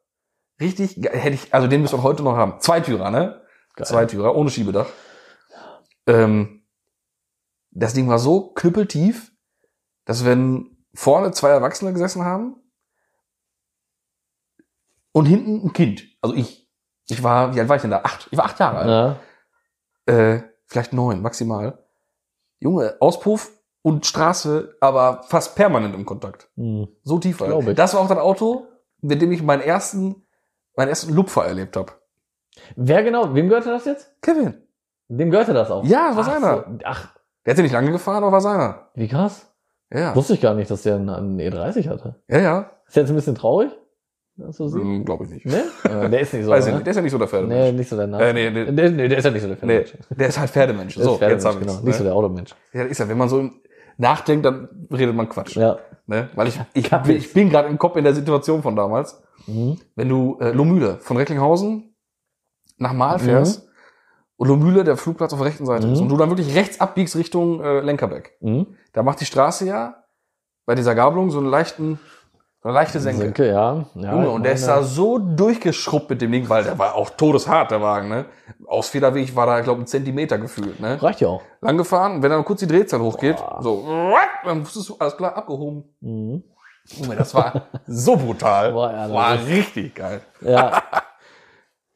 Richtig, ge- hätte ich, also den müsst ihr heute noch haben. Zweitürer, ne? Geil. Zweitürer, ohne Schiebedach. Ähm, das Ding war so knüppeltief, dass wenn vorne zwei Erwachsene gesessen haben und hinten ein Kind, also ich, ich war, wie alt war ich denn da? Acht. Ich war acht Jahre alt ja. äh, vielleicht neun maximal. Junge, Auspuff und Straße, aber fast permanent im Kontakt. Hm. So tief war Glaub er. ich. Das war auch das Auto, mit dem ich meinen ersten, meinen ersten Lupfer erlebt habe. Wer genau? Wem gehörte das jetzt? Kevin. Dem gehörte das auch. Ja, das war Ach seiner. So. Ach, Der hat ja nicht lange gefahren, aber war seiner. wie krass. Ja, Wusste ich gar nicht, dass der einen, einen E30 hatte. ja, ja. Ist jetzt ein bisschen traurig? dass du siehst? Hm, Glaube ich nicht. Ne? Äh, Der ist nicht so. Weiß ich ne? nicht. Der ist ja nicht so der Nee, Pferdemensch. nicht so der Name. Äh, nee, nee. Der, nee, der ist ja nicht so der Nee, Pferdemensch. der ist halt Pferdemensch. Der ist So, jetzt Pferdemensch, haben genau. wir Nicht so ne? der Automensch. Ja, ist ja, wenn man so nachdenkt, dann redet man Quatsch. Ja. Ne? Weil ich, ich, Kaffee. bin- ich bin gerade im Kopf in der Situation von damals. Mhm. wenn du äh, Lomühle von Recklinghausen nach Mahl fährst und Lomühle der Flugplatz auf der rechten Seite ist Mhm. und du dann wirklich rechts abbiegst Richtung äh, Lenkerbeck, Mhm. da macht die Straße ja bei dieser Gabelung so einen leichten, so eine leichte Senke. Senke, ja. ja Junge, ich und der ist da meine- so durchgeschrubbt mit dem Ding, weil der war auch todeshart, der Wagen, ne? Aus Federweg war da, glaube ich, ein Zentimeter gefühlt, ne? Reicht ja auch. Lang gefahren, und wenn dann kurz die Drehzahl hochgeht, Boah. so, dann wusstest du, alles klar, abgehoben. Mhm. Junge, das war so brutal. Boah, ja, das war ist- richtig geil. Ja.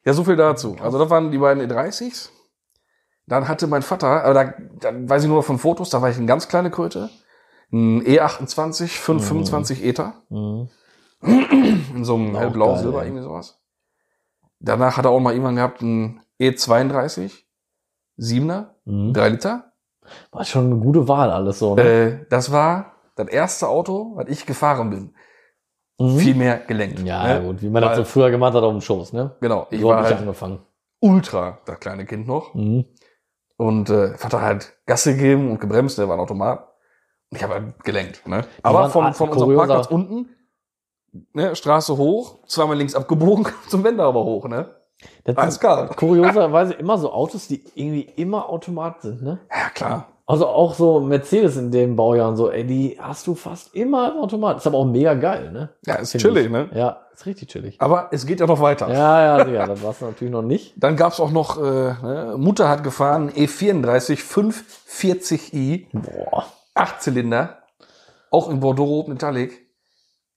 Ja, so viel dazu. Also das waren die beiden E30s. Dann hatte mein Vater, aber da, da weiß ich nur noch von Fotos, da war ich eine ganz kleine Kröte. Ein E E28, 525 Ether. mhm. In so einem Auch hellblau, geil, silber, ey. irgendwie sowas. Danach hat er auch mal jemanden gehabt, ein E E32, 7er, Mhm. 3 Liter. War schon eine gute Wahl alles so, ne? Äh, das war das erste Auto, was ich gefahren bin. Mhm. Viel mehr gelenkt. Ja, ne? gut, wie man das Weil- so früher gemacht hat auf dem Schoß, ne? Genau, ich So war hab ich halt angefangen. ultra, das kleine Kind noch. Mhm. Und äh, Vater hat halt Gas gegeben und gebremst, der war ein Automat. Und ich habe halt gelenkt. Ne? Aber waren von, a- von unserem kurioser- Parkplatz unten, ne, Straße hoch, zweimal links abgebogen, zum Wender aber hoch. Ne? Das Alles sind klar. kurioserweise immer so Autos, die irgendwie immer Automat sind, ne? Ja, klar. Also auch so Mercedes in den Baujahren so, ey, die hast du fast immer im Automat. Ist aber auch mega geil, ne? Ja, ist Find chillig. ich. Ne? Ja, ist richtig chillig. Aber es geht ja noch weiter. Ja, ja, Digga, das war's natürlich noch nicht. Dann gab's auch noch, äh, ne, Mutter hat gefahren, E E34 540i, Boah. 8-Zylinder, auch in Bordeaux Metallic.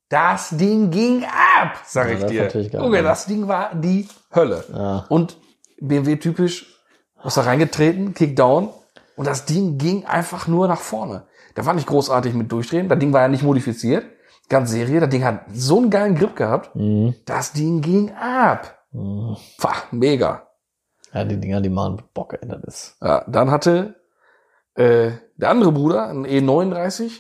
Das Ding ging ab, sag Ja, ich das ist dir. natürlich geil, Junge, ne? das Ding war die Hölle. Ja. Und BMW typisch, was da reingetreten, Kickdown. Und das Ding ging einfach nur nach vorne. Da war nicht großartig mit durchdrehen. Das Ding war ja nicht modifiziert. Ganz Serie. Das Ding hat so einen geilen Grip gehabt. Mhm. Das Ding ging ab. Mhm. Pah, mega. Ja, die Dinger, die machen Bock, ey, das ist. Ja, dann hatte äh, der andere Bruder ein E39.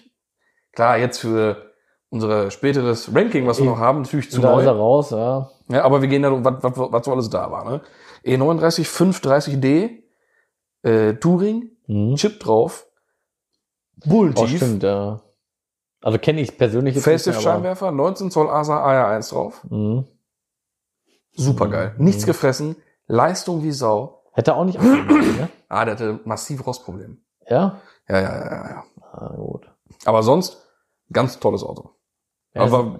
Klar, jetzt für unser späteres Ranking, was wir E- noch haben, natürlich zu da ist er neu. raus, ja. Ja, aber wir gehen da, was, was, was so alles da war. Ne? E39 530D äh, Touring. Mhm. einen Chip drauf. Oh, Bullentief. stimmt, ja. Also kenne ich persönlich jetzt nicht mehr, aber- Facelift-Scheinwerfer, 19 Zoll ASA AR1 drauf. Mhm. Supergeil. Mhm. Nichts gefressen, Leistung wie Sau. Hätte auch nicht abgeben müssen, ne? Ah, der hatte massiv Rostprobleme. Ja? Ja, ja, ja, ja, ja. Ah, gut. Aber sonst, ganz tolles Auto. Ja, Aber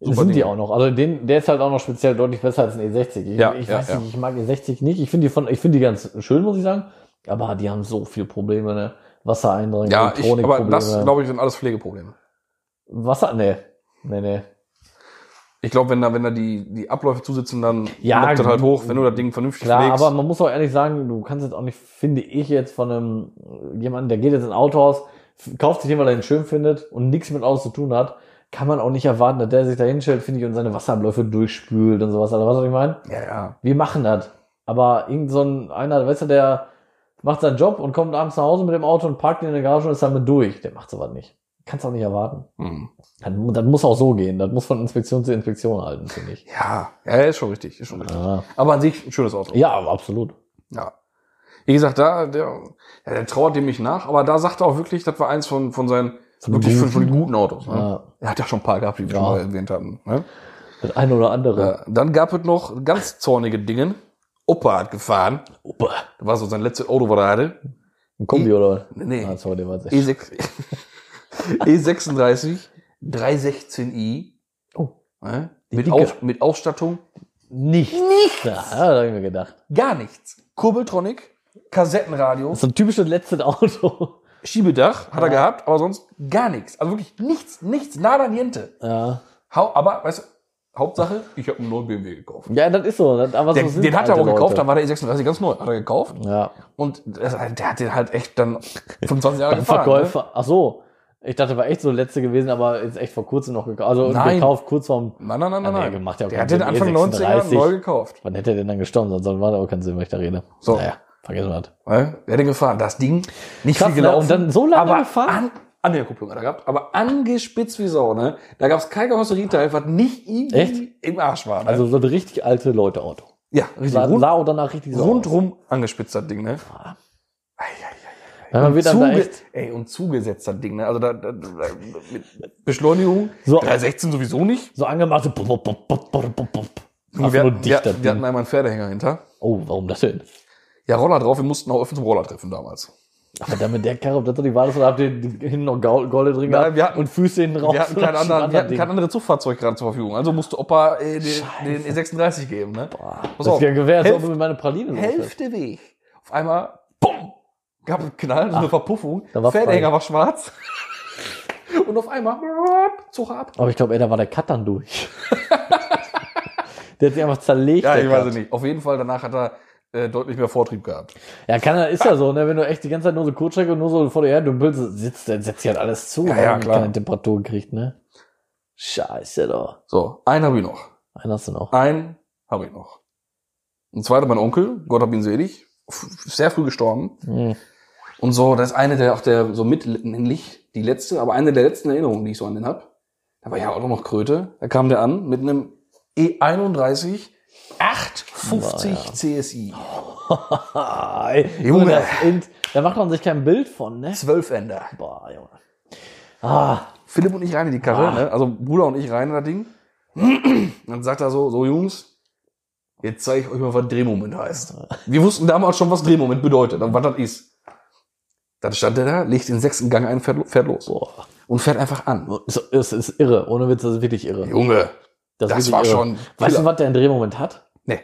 sind super die Ding. auch noch. Also den, der ist halt auch noch speziell deutlich besser als ein E60. Ich, Ja, ich E ja, weiß ja. nicht, ich mag E60 nicht. Ich finde die von, ich finde die ganz schön, muss ich sagen. Aber die haben so viele Probleme, ne? Wasser eindringen, Ja, ich, aber das, Elektronikprobleme. glaube ich, sind alles Pflegeprobleme. Wasser, ne. nee. Nee, nee. Ich glaube, wenn da, wenn da die, die Abläufe zusitzen, dann Ja, lockt das halt hoch, wenn du das Ding vernünftig Klar, pflegst. aber man muss auch ehrlich sagen, du kannst jetzt auch nicht, finde ich jetzt von einem jemanden, der geht jetzt in ein Autohaus, f- kauft sich den, weil er ihn schön findet und nichts mit Autos zu tun hat, kann man auch nicht erwarten, dass der sich da hinstellt, finde ich, und seine Wasserabläufe durchspült und sowas. Also, was soll ich meinen? ja, ja. Wir machen das. Aber irgend so ein einer, weißt du, der macht seinen Job und kommt abends nach Hause mit dem Auto und parkt ihn in der Garage und ist damit durch. Der macht sowas nicht. Kannst auch nicht erwarten. Hm. Das, mu- das muss auch so gehen. Das muss von Inspektion zu Inspektion halten, finde ich. ja. Ja, ist schon richtig. Ist schon richtig. Ah. Aber an sich ein schönes Auto. Ja, aber absolut. Ja. Wie gesagt, da, der, ja, der trauert dem nicht nach, aber da sagt er auch wirklich, das war eins von, von seinen, Von den wirklich von, guten. von den guten Autos. Ne? Ja. Er hat ja schon ein paar gehabt, die wir Ja. schon mal erwähnt hatten. Ne? Das eine oder andere. Äh, dann gab es noch ganz zornige Dinge. Opa hat gefahren. Opa. Das war so sein letztes Auto, was er hatte. Ein Kombi oder? Nee. Ah, sorry, der war jetzt echt. E6, E E36, 316i. Oh. Ne? Die Mit, dicke. Auf, mit Ausstattung Nichts. Nichts. Ja, das habe ich mir gedacht. gar nichts. Kurbeltronic, Kassettenradio, Das ist so ein typisches letztes Auto. Schiebedach hat er gehabt, aber sonst gar nichts. Also wirklich nichts, nichts, nada niente. Ja. Hau, aber, weißt du, Hauptsache, ich habe einen neuen BMW gekauft. Ja, das ist so. Das, aber Der, so sind den hat er alte auch gekauft, dann Leute. war der E36 ganz neu, hat er gekauft. Ja. Und das, der hat den halt echt dann 25 Jahre Beim gefahren. ne? Verkäufer. Ach so. Ich dachte, war echt so der letzte gewesen, aber jetzt echt vor kurzem noch gekauft. Also Nein. gekauft, kurz vorm. Ne? Nein, nein, nein, nein. Ah, nee, nein. gemacht ja auch der keinen hat den Sinn. E Anfang 90er 36. neu gekauft. Wann hätte er denn dann gestorben? Sonst war da auch kein Sinn, wenn ich da rede. So. Naja, vergessen wir das. Ne? Wer hat den gefahren? Das Ding, nicht Krass, viel gelaufen. ne? Und dann so lange aber gefahren? An, Anhängerkupplung hat er gehabt, aber angespitzt wie Sau. Ne? Da gab es kein Karosserieteil, was nicht irgendwie Echt? im Arsch war. Ne? Also so ein richtig alte Leute-Auto. ja, richtig. Sah, Rund, sah auch danach richtig so aus. rundrum angespitzt, das Ding. Ne? Weil man wird dann da Zuge- echt ey, und zugesetzt das Ding. Ne? Also da, da, da mit Beschleunigung So. 316 sowieso nicht. so angemacht. So, pop, pop, pop, pop, pop, pop. Einfach wir, nur hatten, wir, dicht, das hatten- wir Ding. hatten einmal einen Pferdehänger hinter. Oh, warum das denn? Ja, Roller drauf, wir mussten auch öffnen zum Roller treffen damals. Aber dann mit der Karre, ob das doch nicht war, das oder habt ihr die- hinten noch Gaul- Golde drin Nein, gehabt wir hatten- und Füße hinten raus? Wir hatten, oder kein schon anderen, wir hatten Ding? kein anderes Zugfahrzeug gerade zur Verfügung. Also musste Opa äh, den, den Scheiße. E36 geben. Ne? Pass Das ist ja gewährt, als Hälfte- ob du mit meiner Praline los bist. Hälfte Weg. Auf einmal, bumm, gab es einen Knall, so eine Verpuffung. da war Fernhänger frei. war schwarz. Und auf einmal, zog er ab. Aber ich glaube, ey, da war der Cut dann durch. der hat sich einfach zerlegt. der Cut. nicht. Auf jeden Fall, danach hat er äh, deutlich mehr Vortrieb gehabt. Ja, kann, ist ja so, ne? wenn du echt die ganze Zeit nur so Kurzstrecke und nur so vor dir her dümpelst, sitzt, dann setzt sich halt alles zu, Ja, weil ja, man klar. keine Temperatur kriegt, ne? Scheiße, doch. So, einen habe ich noch. Einen hast du noch. Einen habe ich noch. Ein zweiter, mein Onkel, Gott hab ihn selig, f- sehr früh gestorben. Hm. Und so, das ist eine der auch der so mit nicht die letzte, aber eine der letzten Erinnerungen, die ich so an den hab. Da war ja auch noch Kröte. Da kam der an mit E einem E31 850 Boah, ja. CSI. Ey, Junge. Junge. Das Int, da macht man sich kein Bild von, ne? Zwölfender. Boah, Junge. Ah, Philipp und ich rein in die Karre, Ah. ne? also Bruder und ich rein in das Ding. Dann sagt er so, so Jungs, jetzt zeige ich euch mal, was Drehmoment heißt. Wir wussten damals schon, was Drehmoment bedeutet und was das ist. Dann stand der da, legt den sechsten Gang ein, fährt, lo- fährt los boah. und fährt einfach an. Es ist, ist irre. Ohne Witz, das ist wirklich irre. Junge, das Das, ist wirklich war irre. schon. Weißt Killer. du, was der in Drehmoment hat? Nee,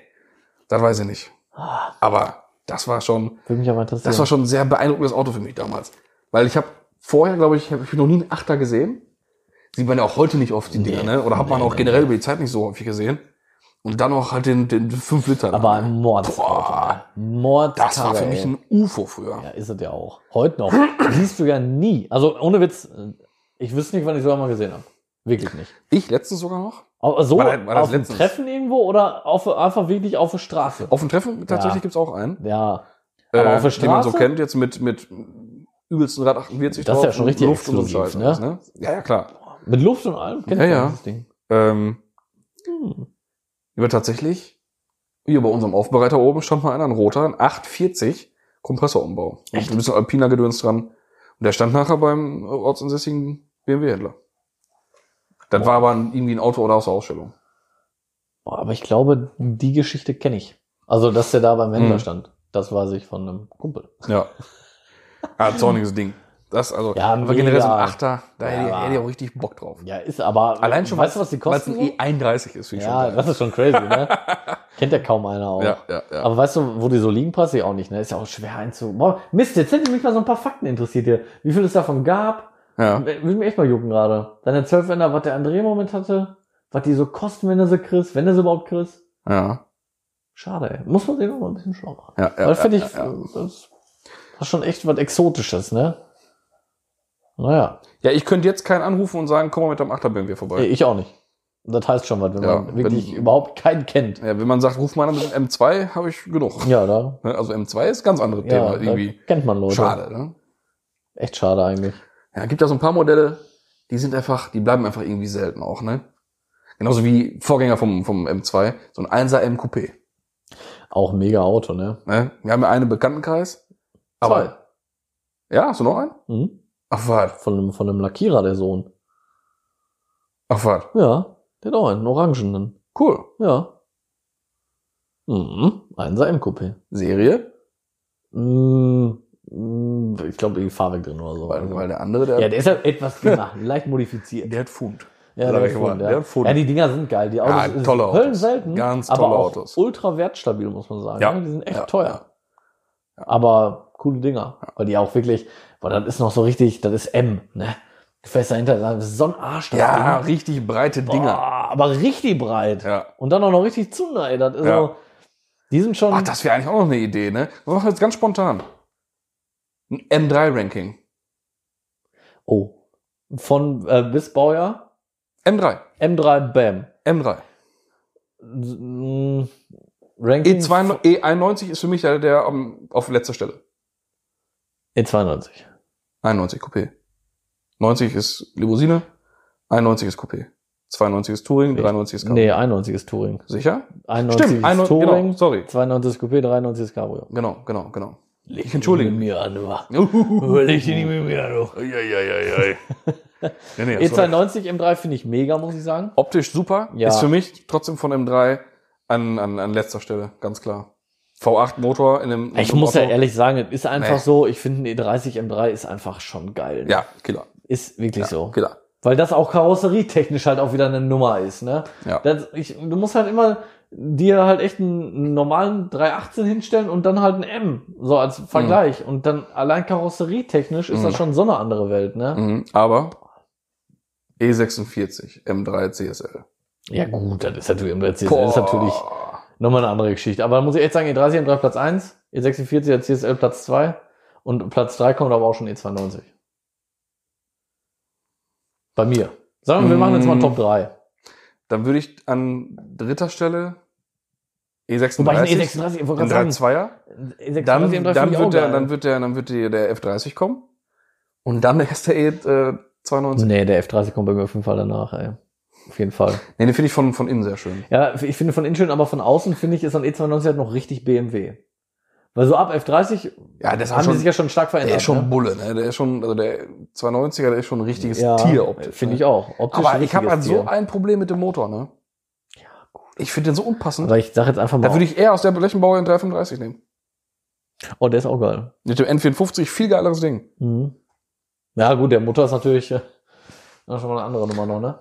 das weiß ich nicht. Ah, Aber das war schon, würde mich aber interessieren. das war schon ein sehr beeindruckendes Auto für mich damals. Weil ich habe vorher, glaube ich, habe ich noch nie einen Achter gesehen. Sieht man ja auch heute nicht oft die Dinger, ne? Oder hat man auch generell über die Zeit nicht so häufig gesehen. Und dann noch halt den, den 5 Liter. aber ein Mord. Boah, Mord. das war für mich ein UFO früher. Ja, ist es ja auch. Heute noch. Siehst du ja nie. Also, ohne Witz, ich wüsste nicht, wann ich so einmal gesehen habe. Wirklich nicht. Ich letztens sogar noch. Aber so War das- war das auf dem letztens? Treffen irgendwo oder auf, einfach wirklich auf der Straße? Auf dem Treffen tatsächlich gibt's auch einen. Äh, Ja. Aber auf der den man Straße? so kennt, jetzt mit, mit übelsten Rad 48 Das ist ja schon und richtig Luft und so ein Scheiß. exklusiv, alles, Ne? Ja, ja, klar. Mit Luft und allem? Kennt Ja, man ja. dieses Ding. Ähm, Hm. Aber tatsächlich, hier bei unserem Aufbereiter oben stand mal einer, ein roter, ein 840 Kompressorumbau. Echt? Ein bisschen alpiner Gedöns dran. Und der stand nachher beim äh, ortsansässigen BMW-Händler. Das war aber ein, irgendwie ein Auto oder aus der Ausstellung. Boah, aber ich glaube, die Geschichte kenne ich. Also, dass der da beim Händler Hm. stand. Das weiß ich von einem Kumpel. Ja. Ah, zorniges Ding. Das also, Ja, aber generell so ein mega. Achter, da hätte, ich- Ja. hätte ich auch richtig Bock drauf. Ja, ist aber. Allein schon, weißt du, was die Weil kosten? es ein E31 ist, wie ich ja, schon das ist schon crazy, ne? Kennt ja kaum einer auch. Ja, ja, ja. Aber weißt du, wo die so liegen, passt ja auch nicht, ne? Ist ja auch schwer einzu. Boah, Mist, jetzt hätte mich mal so ein paar Fakten interessiert hier. Wie viel es davon gab? ja. Würde mich echt mal jucken gerade. Deine Zwölfwender, was der André im Moment hatte, was die so kosten, wenn er sie kriegst, wenn er sie überhaupt kriegst. Ja, Schade, ey. Muss man den noch mal ein bisschen schauen. ja, ja. Weil finde ja, ich, ja. Das, das ist schon echt was Exotisches, ne? Naja, ja, ich könnte jetzt keinen anrufen und sagen, komm mal mit deinem Achter BMW ey, vorbei. ich auch nicht. Das heißt schon was, wenn Ja, man wirklich wenn- überhaupt keinen kennt. Ja, wenn man sagt, ruf mal an mit dem M2, habe ich genug. Ja, da, Ne, Also M2 ist ein ganz anderes ja, Thema halt irgendwie. da kennt man Leute. Schade, ne? Echt schade eigentlich. Ja, gibt ja so ein paar Modelle, die sind einfach, die bleiben einfach irgendwie selten auch, ne? Genauso wie Vorgänger vom, vom M2, so ein 1er M Coupé. Auch ein mega Auto, ne? Ne? Wir haben ja einen im Bekanntenkreis. Aber. Ja, hast du noch einen? Mhm. Ach was, Von einem, von einem Lackierer, der Sohn. ach was. Ja, der hat auch einen orangenen. Cool. Ja. Mhm. Ein M-Coupé. Serie, Mhm. Mhm. Ich glaube, die Fahrwerk drin oder so. weil, weil der andere, der, Mhm. ja, der ist ja etwas gemacht, leicht modifiziert. der hat Fund. Ja, Sag der ich ist mal, Fund, der ja. hat Fund. ja, die Dinger sind geil. Die Ja, Autos sind tolle Autos. höllenselten, Ganz aber tolle auch Autos. ultra wertstabil, muss man sagen. ne? Ja. Die sind echt Ja, teuer. Aber coole Dinger. Weil die auch wirklich, weil das ist noch so richtig, das ist M, ne? Du fährst dahinter, das ist so ein Arsch, das Ja, Ding. richtig breite Boah, Dinger. aber richtig breit. Ja. Und dann auch noch richtig Zunder, ey. Das ist Ja. so, die sind schon, Ach, das wäre eigentlich auch noch eine Idee, ne? Wir machen jetzt ganz spontan. Ein M3-Ranking. oh, von äh, bis Baujahr M3. M3 Bam. M3. Mm, Ranking E2, E91 E ist für mich der, der am- auf letzter Stelle. E92. 91 Coupé. 90 ist Limousine, 91 ist Coupé. 92 ist Touring, Nee. 93 ist Cabrio. Nee, 91 ist Touring. Sicher? 91 ist 91 Touring, genau, sorry. 92 ist Coupé, 93 ist Cabrio. Genau, genau, genau. Ich entschuldige Mit mir an, du. Uiuiui. Leg dich nicht mit mir an, du. Nee, Eieieiei. E also- nee, das war- E92 M3 finde ich mega, muss ich sagen. Optisch super, Ja. ist für mich trotzdem von M3 an, an, an letzter Stelle, ganz klar. V8 Motor in einem Ich muss ja ehrlich sagen, es ist einfach Nee. so, ich finde ein E E30 M3 ist einfach schon geil. ne? Ja, Killer. Ist wirklich Ja, so. Killer. Weil das auch karosserietechnisch halt auch wieder eine Nummer ist, ne? Ja. Das, ich, du musst halt immer dir halt echt einen, einen normalen 318 hinstellen und dann halt ein M, so als Vergleich. Und dann allein karosserietechnisch ist das Mhm. schon so eine andere Welt, ne? Mhm, aber E E46 M3 CSL. Ja gut, das ist natürlich, um das ist natürlich Boah. nochmal eine andere Geschichte. Aber da muss ich echt sagen, E E30 M3 Platz E 1, E46 der CSL Platz 2 und Platz 3 kommt aber auch schon E E92. Bei mir. Sagen wir, wir machen jetzt mal Mm. Top 3. Dann würde ich an dritter Stelle E E36. Wobei ich E36, ich wollte den gerade sagen, E 32er. Dann, E36 M3 dann, E finde ich auch wird der, geil. dann wird der, dann wird die, der F30 kommen. Und dann erst der E, äh, E92. Nee, der F30 kommt bei mir auf jeden Fall danach, ey. Auf jeden Fall. Nee, den finde ich von, von innen sehr schön. Ja, ich finde von innen schön, aber von außen finde ich, ist an E92 halt noch richtig BMW. Weil so ab F30 Ja, das haben die sich ja schon stark verändert. Der ist schon ne? Bulle, ne? Der ist schon, also der 92er, der ist schon ein richtiges ja, Tier optisch. Finde ne? ich auch. Optisch Aber ein ich habe halt richtiges so Tier. ein Problem mit dem Motor, ne? Ich finde den so unpassend. Aber ich sag jetzt einfach mal. da würde ich eher aus der Blechenbauer in 335 nehmen. oh, der ist auch geil. Mit dem N54 viel geileres Ding. Mhm. Ja, gut, der Mutter ist natürlich äh, das ist schon mal eine andere Nummer noch, ne?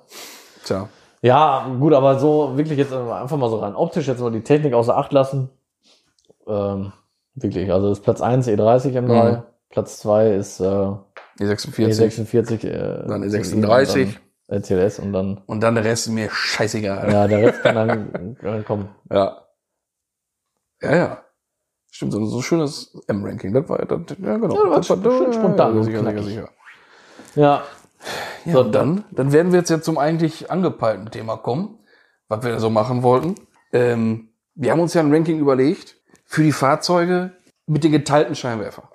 Tja. Ja, gut, aber so wirklich jetzt äh, einfach mal so rein optisch, jetzt mal die Technik außer Acht lassen. Ähm, wirklich, also das ist Platz 1 E30 M3, Mhm. Platz 2 ist äh, E46. E46, äh, Dann E CE E36. und dann LCLS und dann, Und dann der Rest ist mir scheißegal. ja, der Rest kann dann, äh, dann kommen. Ja. Ja, ja. Stimmt, so ein so schönes M-Ranking. Das war, das, ja, genau. Ja, das war schön spontan und sicher, sicher, knackig. sicher. Ja, Ja, So, dann, dann werden wir jetzt, jetzt zum eigentlich angepeilten Thema kommen, was wir so machen wollten. Ähm, wir haben uns ja ein Ranking überlegt für die Fahrzeuge mit den geteilten Scheinwerfer.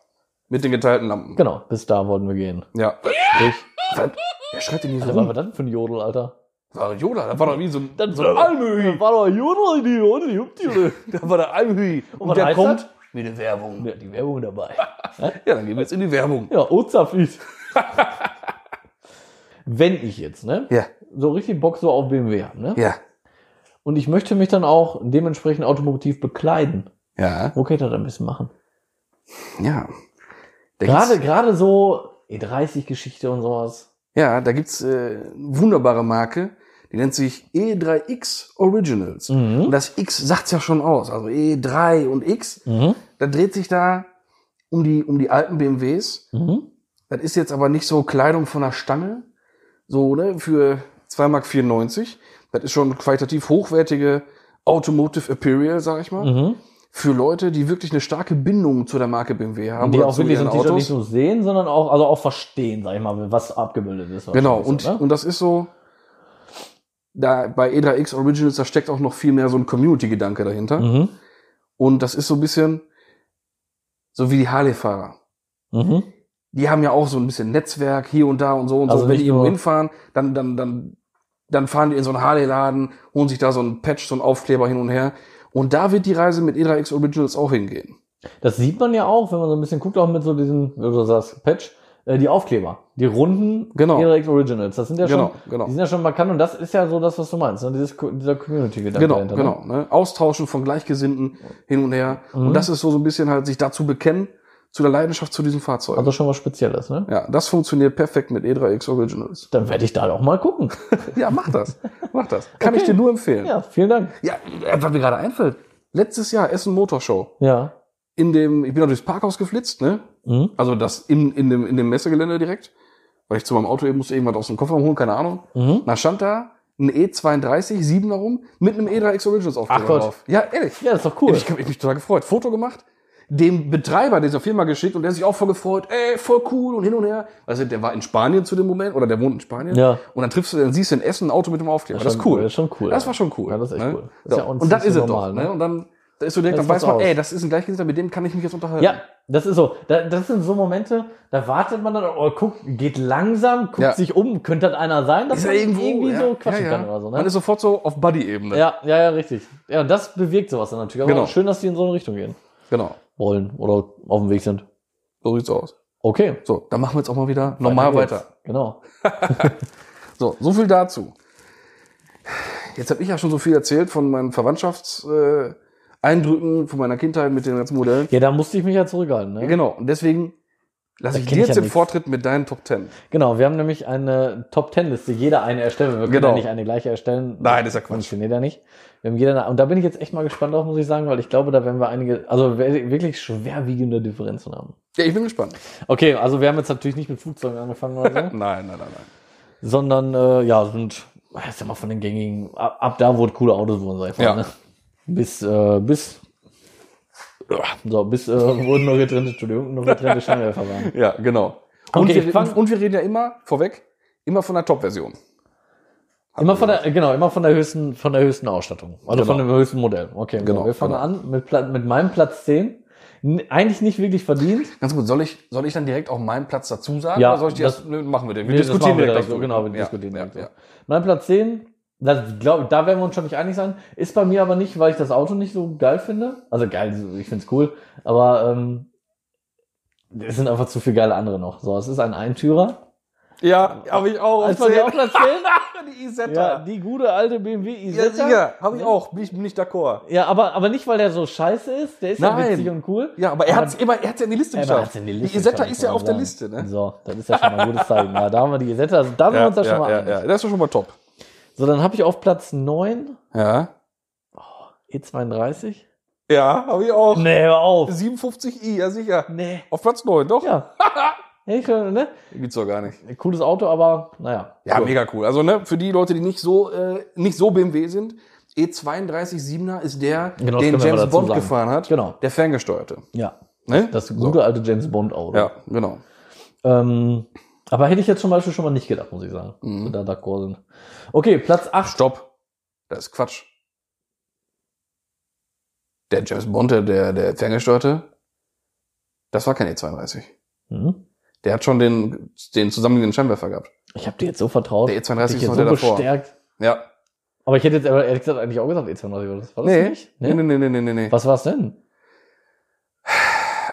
Mit den geteilten Lampen. genau, bis da wollten wir gehen. Ja. Sprich, Was? Wer schreit denn hier so was war rum? das denn für ein Jodel, Alter? Das war Yoda, das war doch wie so ein, Das so ein war- Almöhi. war doch ein Jodel, die Jodel, die Hupti, Da war der Almöhi. was Und der heißt kommt das? mit der Werbung. Ja, die Werbung dabei. Ja, dann gehen wir jetzt in die Werbung. Ja, Ozafit. Wenn ich jetzt, ne, Ja, so richtig Bock so auf BMW habe, ne? ja, Und ich möchte mich dann auch dementsprechend automotiv bekleiden. ja, Wo kann ich das ein bisschen machen? ja. Da Gerade, gibt's- gerade so E30-Geschichte und sowas. Ja, da gibt's äh, wunderbare Marke, die nennt sich E3X Originals. Und Mhm. das X sagt's ja schon aus, also E3 und X. Mhm. Da dreht sich da um die, um die alten BMWs. Mhm. Das ist jetzt aber nicht so Kleidung von der Stange, so ne, für 2,94 Mark. Das ist schon qualitativ hochwertige Automotive Apparel, sag ich mal. Mhm. Für Leute, die wirklich eine starke Bindung zu der Marke BMW haben. Die oder auch zu wirklich so ihren ein T-Shirt Autos. nicht nur sehen, sondern auch, also auch verstehen, sag ich mal, was abgebildet ist. Genau, und, wahrscheinlich so, ne? und das ist so, da bei E3X Originals, da steckt auch noch viel mehr so ein Community-Gedanke dahinter. Mhm. Und das ist so ein bisschen so wie die Harley-Fahrer. Mhm. Die haben ja auch so ein bisschen Netzwerk hier und da und so und Also so. Wenn nicht die irgendwo nur- hinfahren, dann, dann, dann, dann fahren die in so einen Harley-Laden, holen sich da so einen Patch, so einen Aufkleber hin und her. Und da wird die Reise mit E3X Originals auch hingehen. Das sieht man ja auch, wenn man so ein bisschen guckt, auch mit so diesem, wie du sagst, Patch, äh, die Aufkleber, die runden Genau. direkt Originals. Das sind ja Genau, schon, genau. die sind ja schon markant und das ist ja so das, was du meinst, ne? Dieses, Co- dieser Community-Gedanke. Genau, dahinter, ne? genau. Ne? Austauschen von Gleichgesinnten hin und her. Mhm. Und das ist so, so ein bisschen halt sich dazu bekennen, zu der Leidenschaft zu diesem Fahrzeug. Also schon was Spezielles, ne? Ja, das funktioniert perfekt mit E3X Originals. Dann werde ich da auch mal gucken. Ja, mach das. Mach das. Kann Okay. ich dir nur empfehlen. ja, vielen Dank. Ja, äh, was mir gerade einfällt. Letztes Jahr Essen Motorshow. Ja. In dem, ich bin da durchs Parkhaus geflitzt, ne? Mhm. Also das in, in, dem, in dem Messegelände direkt. Weil ich zu meinem Auto eben musste irgendwas aus dem Kofferraum holen, keine Ahnung. Mhm. Na, stand da ein E E32, 7 darum, mit einem E3X Originals Aufkleber Ach Gott. drauf. Ja, ehrlich. Ja, das ist doch cool. Ich habe mich total gefreut. Foto gemacht, dem Betreiber dieser Firma geschickt und der sich auch voll gefreut, ey, voll cool und hin und her. Also der war in Spanien zu dem Moment oder der wohnt in Spanien. Ja. Und dann triffst du, dann siehst du in Essen ein Auto mit dem Aufkleber. Das ist schon- cool. das ist schon cool, Das ja. war schon cool. Ja, das ist echt ne? cool. So. Ist ja auch und das nicht ist so es normal, doch. Ne? ne? Und dann da ist so direkt, Da dann ist was weiß man, raus. ey, das ist ein Gleichgesinnter, mit dem kann ich mich jetzt unterhalten. Ja, das ist so. Da, das sind so Momente, da wartet man dann, oh, guckt, geht langsam, guckt Ja. sich um, könnte das einer sein, dass Ist ja man irgendwo, irgendwie ja. so quatschen ja, ja. kann oder so, ne? Man ist sofort so auf Buddy-Ebene. ja, ja, ja, richtig. Ja, und das bewirkt sowas dann natürlich. Aber Genau. schön, dass die in so eine Richtung gehen Genau. wollen oder auf dem Weg sind. So sieht's aus. Okay. So, dann machen wir jetzt auch mal wieder normal geht's. weiter. Genau. So, so viel dazu. Jetzt habe ich ja schon so viel erzählt von meinen Verwandtschaftseindrücken, äh, Eindrücken, von meiner Kindheit mit den ganzen Modellen. Ja, da musste ich mich ja zurückhalten. Ne? Ja, genau, und deswegen Da lasse ich kenn dir ich jetzt ja den nix. Vortritt mit deinen Top Ten. Genau, wir haben nämlich eine Top Ten Liste, jeder eine erstellen. Wir können Genau. ja nicht eine gleiche erstellen. Nein, das ist ja Das Quatsch. Funktioniert ja nicht. Wir haben jeder eine, und da bin ich jetzt echt mal gespannt drauf, muss ich sagen, weil ich glaube, da werden wir einige, also we- wirklich schwerwiegende Differenzen haben. Ja, ich bin gespannt. Okay, also wir haben jetzt natürlich nicht mit Flugzeugen angefangen oder so, Nein, nein, nein, nein. sondern äh, ja, sind, ich sag mal, von den gängigen, ab, ab da, wo es coole Autos wurden, sag ich mal. Ja. Ne? Bis, äh, bis, so, bis, äh, wurden noch getrennte, Entschuldigung, noch getrennte Scheinwerfer waren. Ja, genau. Und, Okay, ich wir, fang- und wir reden ja immer, vorweg, immer von der Top-Version. Immer von der, äh, genau, immer von der höchsten, von der höchsten Ausstattung. Also von dem höchsten Modell. Okay, Genau, genau. Wir fangen genau. an mit, Pla- mit meinem Platz 10. N eigentlich nicht wirklich verdient. Ganz gut, soll ich, soll ich dann direkt auch meinen Platz dazu sagen? Ja, oder soll ich dir das- das, nö, machen wir den. Wir Nee, das machen wir direkt direkt so. dazu. Genau, wir ja, diskutieren ja, direkt so. ja. Mein Platz 10, das glaub, da werden wir uns schon nicht einig sein. Ist bei mir aber nicht, weil ich das Auto nicht so geil finde. Also geil, ich finde es cool, aber ähm, es sind einfach zu viele geile andere noch. So, es ist ein Eintürer. Ja, habe ich auch. Ist bei dir auch Platz 10? die Isetta. E ja, die gute alte BMW Ja, Isetta. sicher, habe ich auch. Bin ich, bin ich d'accord. Ja, aber, aber nicht, weil der so scheiße ist. Der ist ja Nein. witzig und cool. Ja, aber er Aber- hat es immer, er hat's ja in die Liste Ja, aber geschafft. hat's in die Liste Isetta geschafft, ist muss ja man auf der sagen. Liste, ne? So, das ist ja schon mal ein gutes Zeichen. Ja, da haben wir die Isetta. Also, da sind wir uns ja, schon mal einig. Das ist schon mal top. So, dann habe ich auf Platz 9 Ja. E32. Ja, habe ich auch. E Nee, hör auf. 57i, ja sicher. Nee. Auf Platz 9, doch? Ja. Hey, schön, ne? Gibt's doch gar nicht. Cooles Auto, aber naja. Ja, So. mega cool. Also, ne, für die Leute, die nicht so, äh, nicht so BMW sind, E32 7er ist der, Genau, das den können wir mal James dazu Bond sagen. gefahren hat. Genau. Der ferngesteuerte. Ja. Ne? Das gute alte James Bond Auto. Ja, genau. Ähm, aber hätte ich jetzt zum Beispiel schon mal nicht gedacht, muss ich sagen. Mhm. Da d'accord sind. Okay, Platz 8. Stopp. Das ist Quatsch. Der James Bond, der, der, der ferngesteuerte, das war kein E32. Mhm. Der hat schon den, den zusammenliegenden Scheinwerfer gehabt. Ich habe dir jetzt so vertraut. Der E32 ist ich jetzt noch so der davor. bestärkt. Ja. Aber ich hätte jetzt aber ehrlich gesagt eigentlich auch gesagt E32. oder was? War das Nee. nicht? Nee, nee, nee, nee, nee, nee. nee. Was war's denn?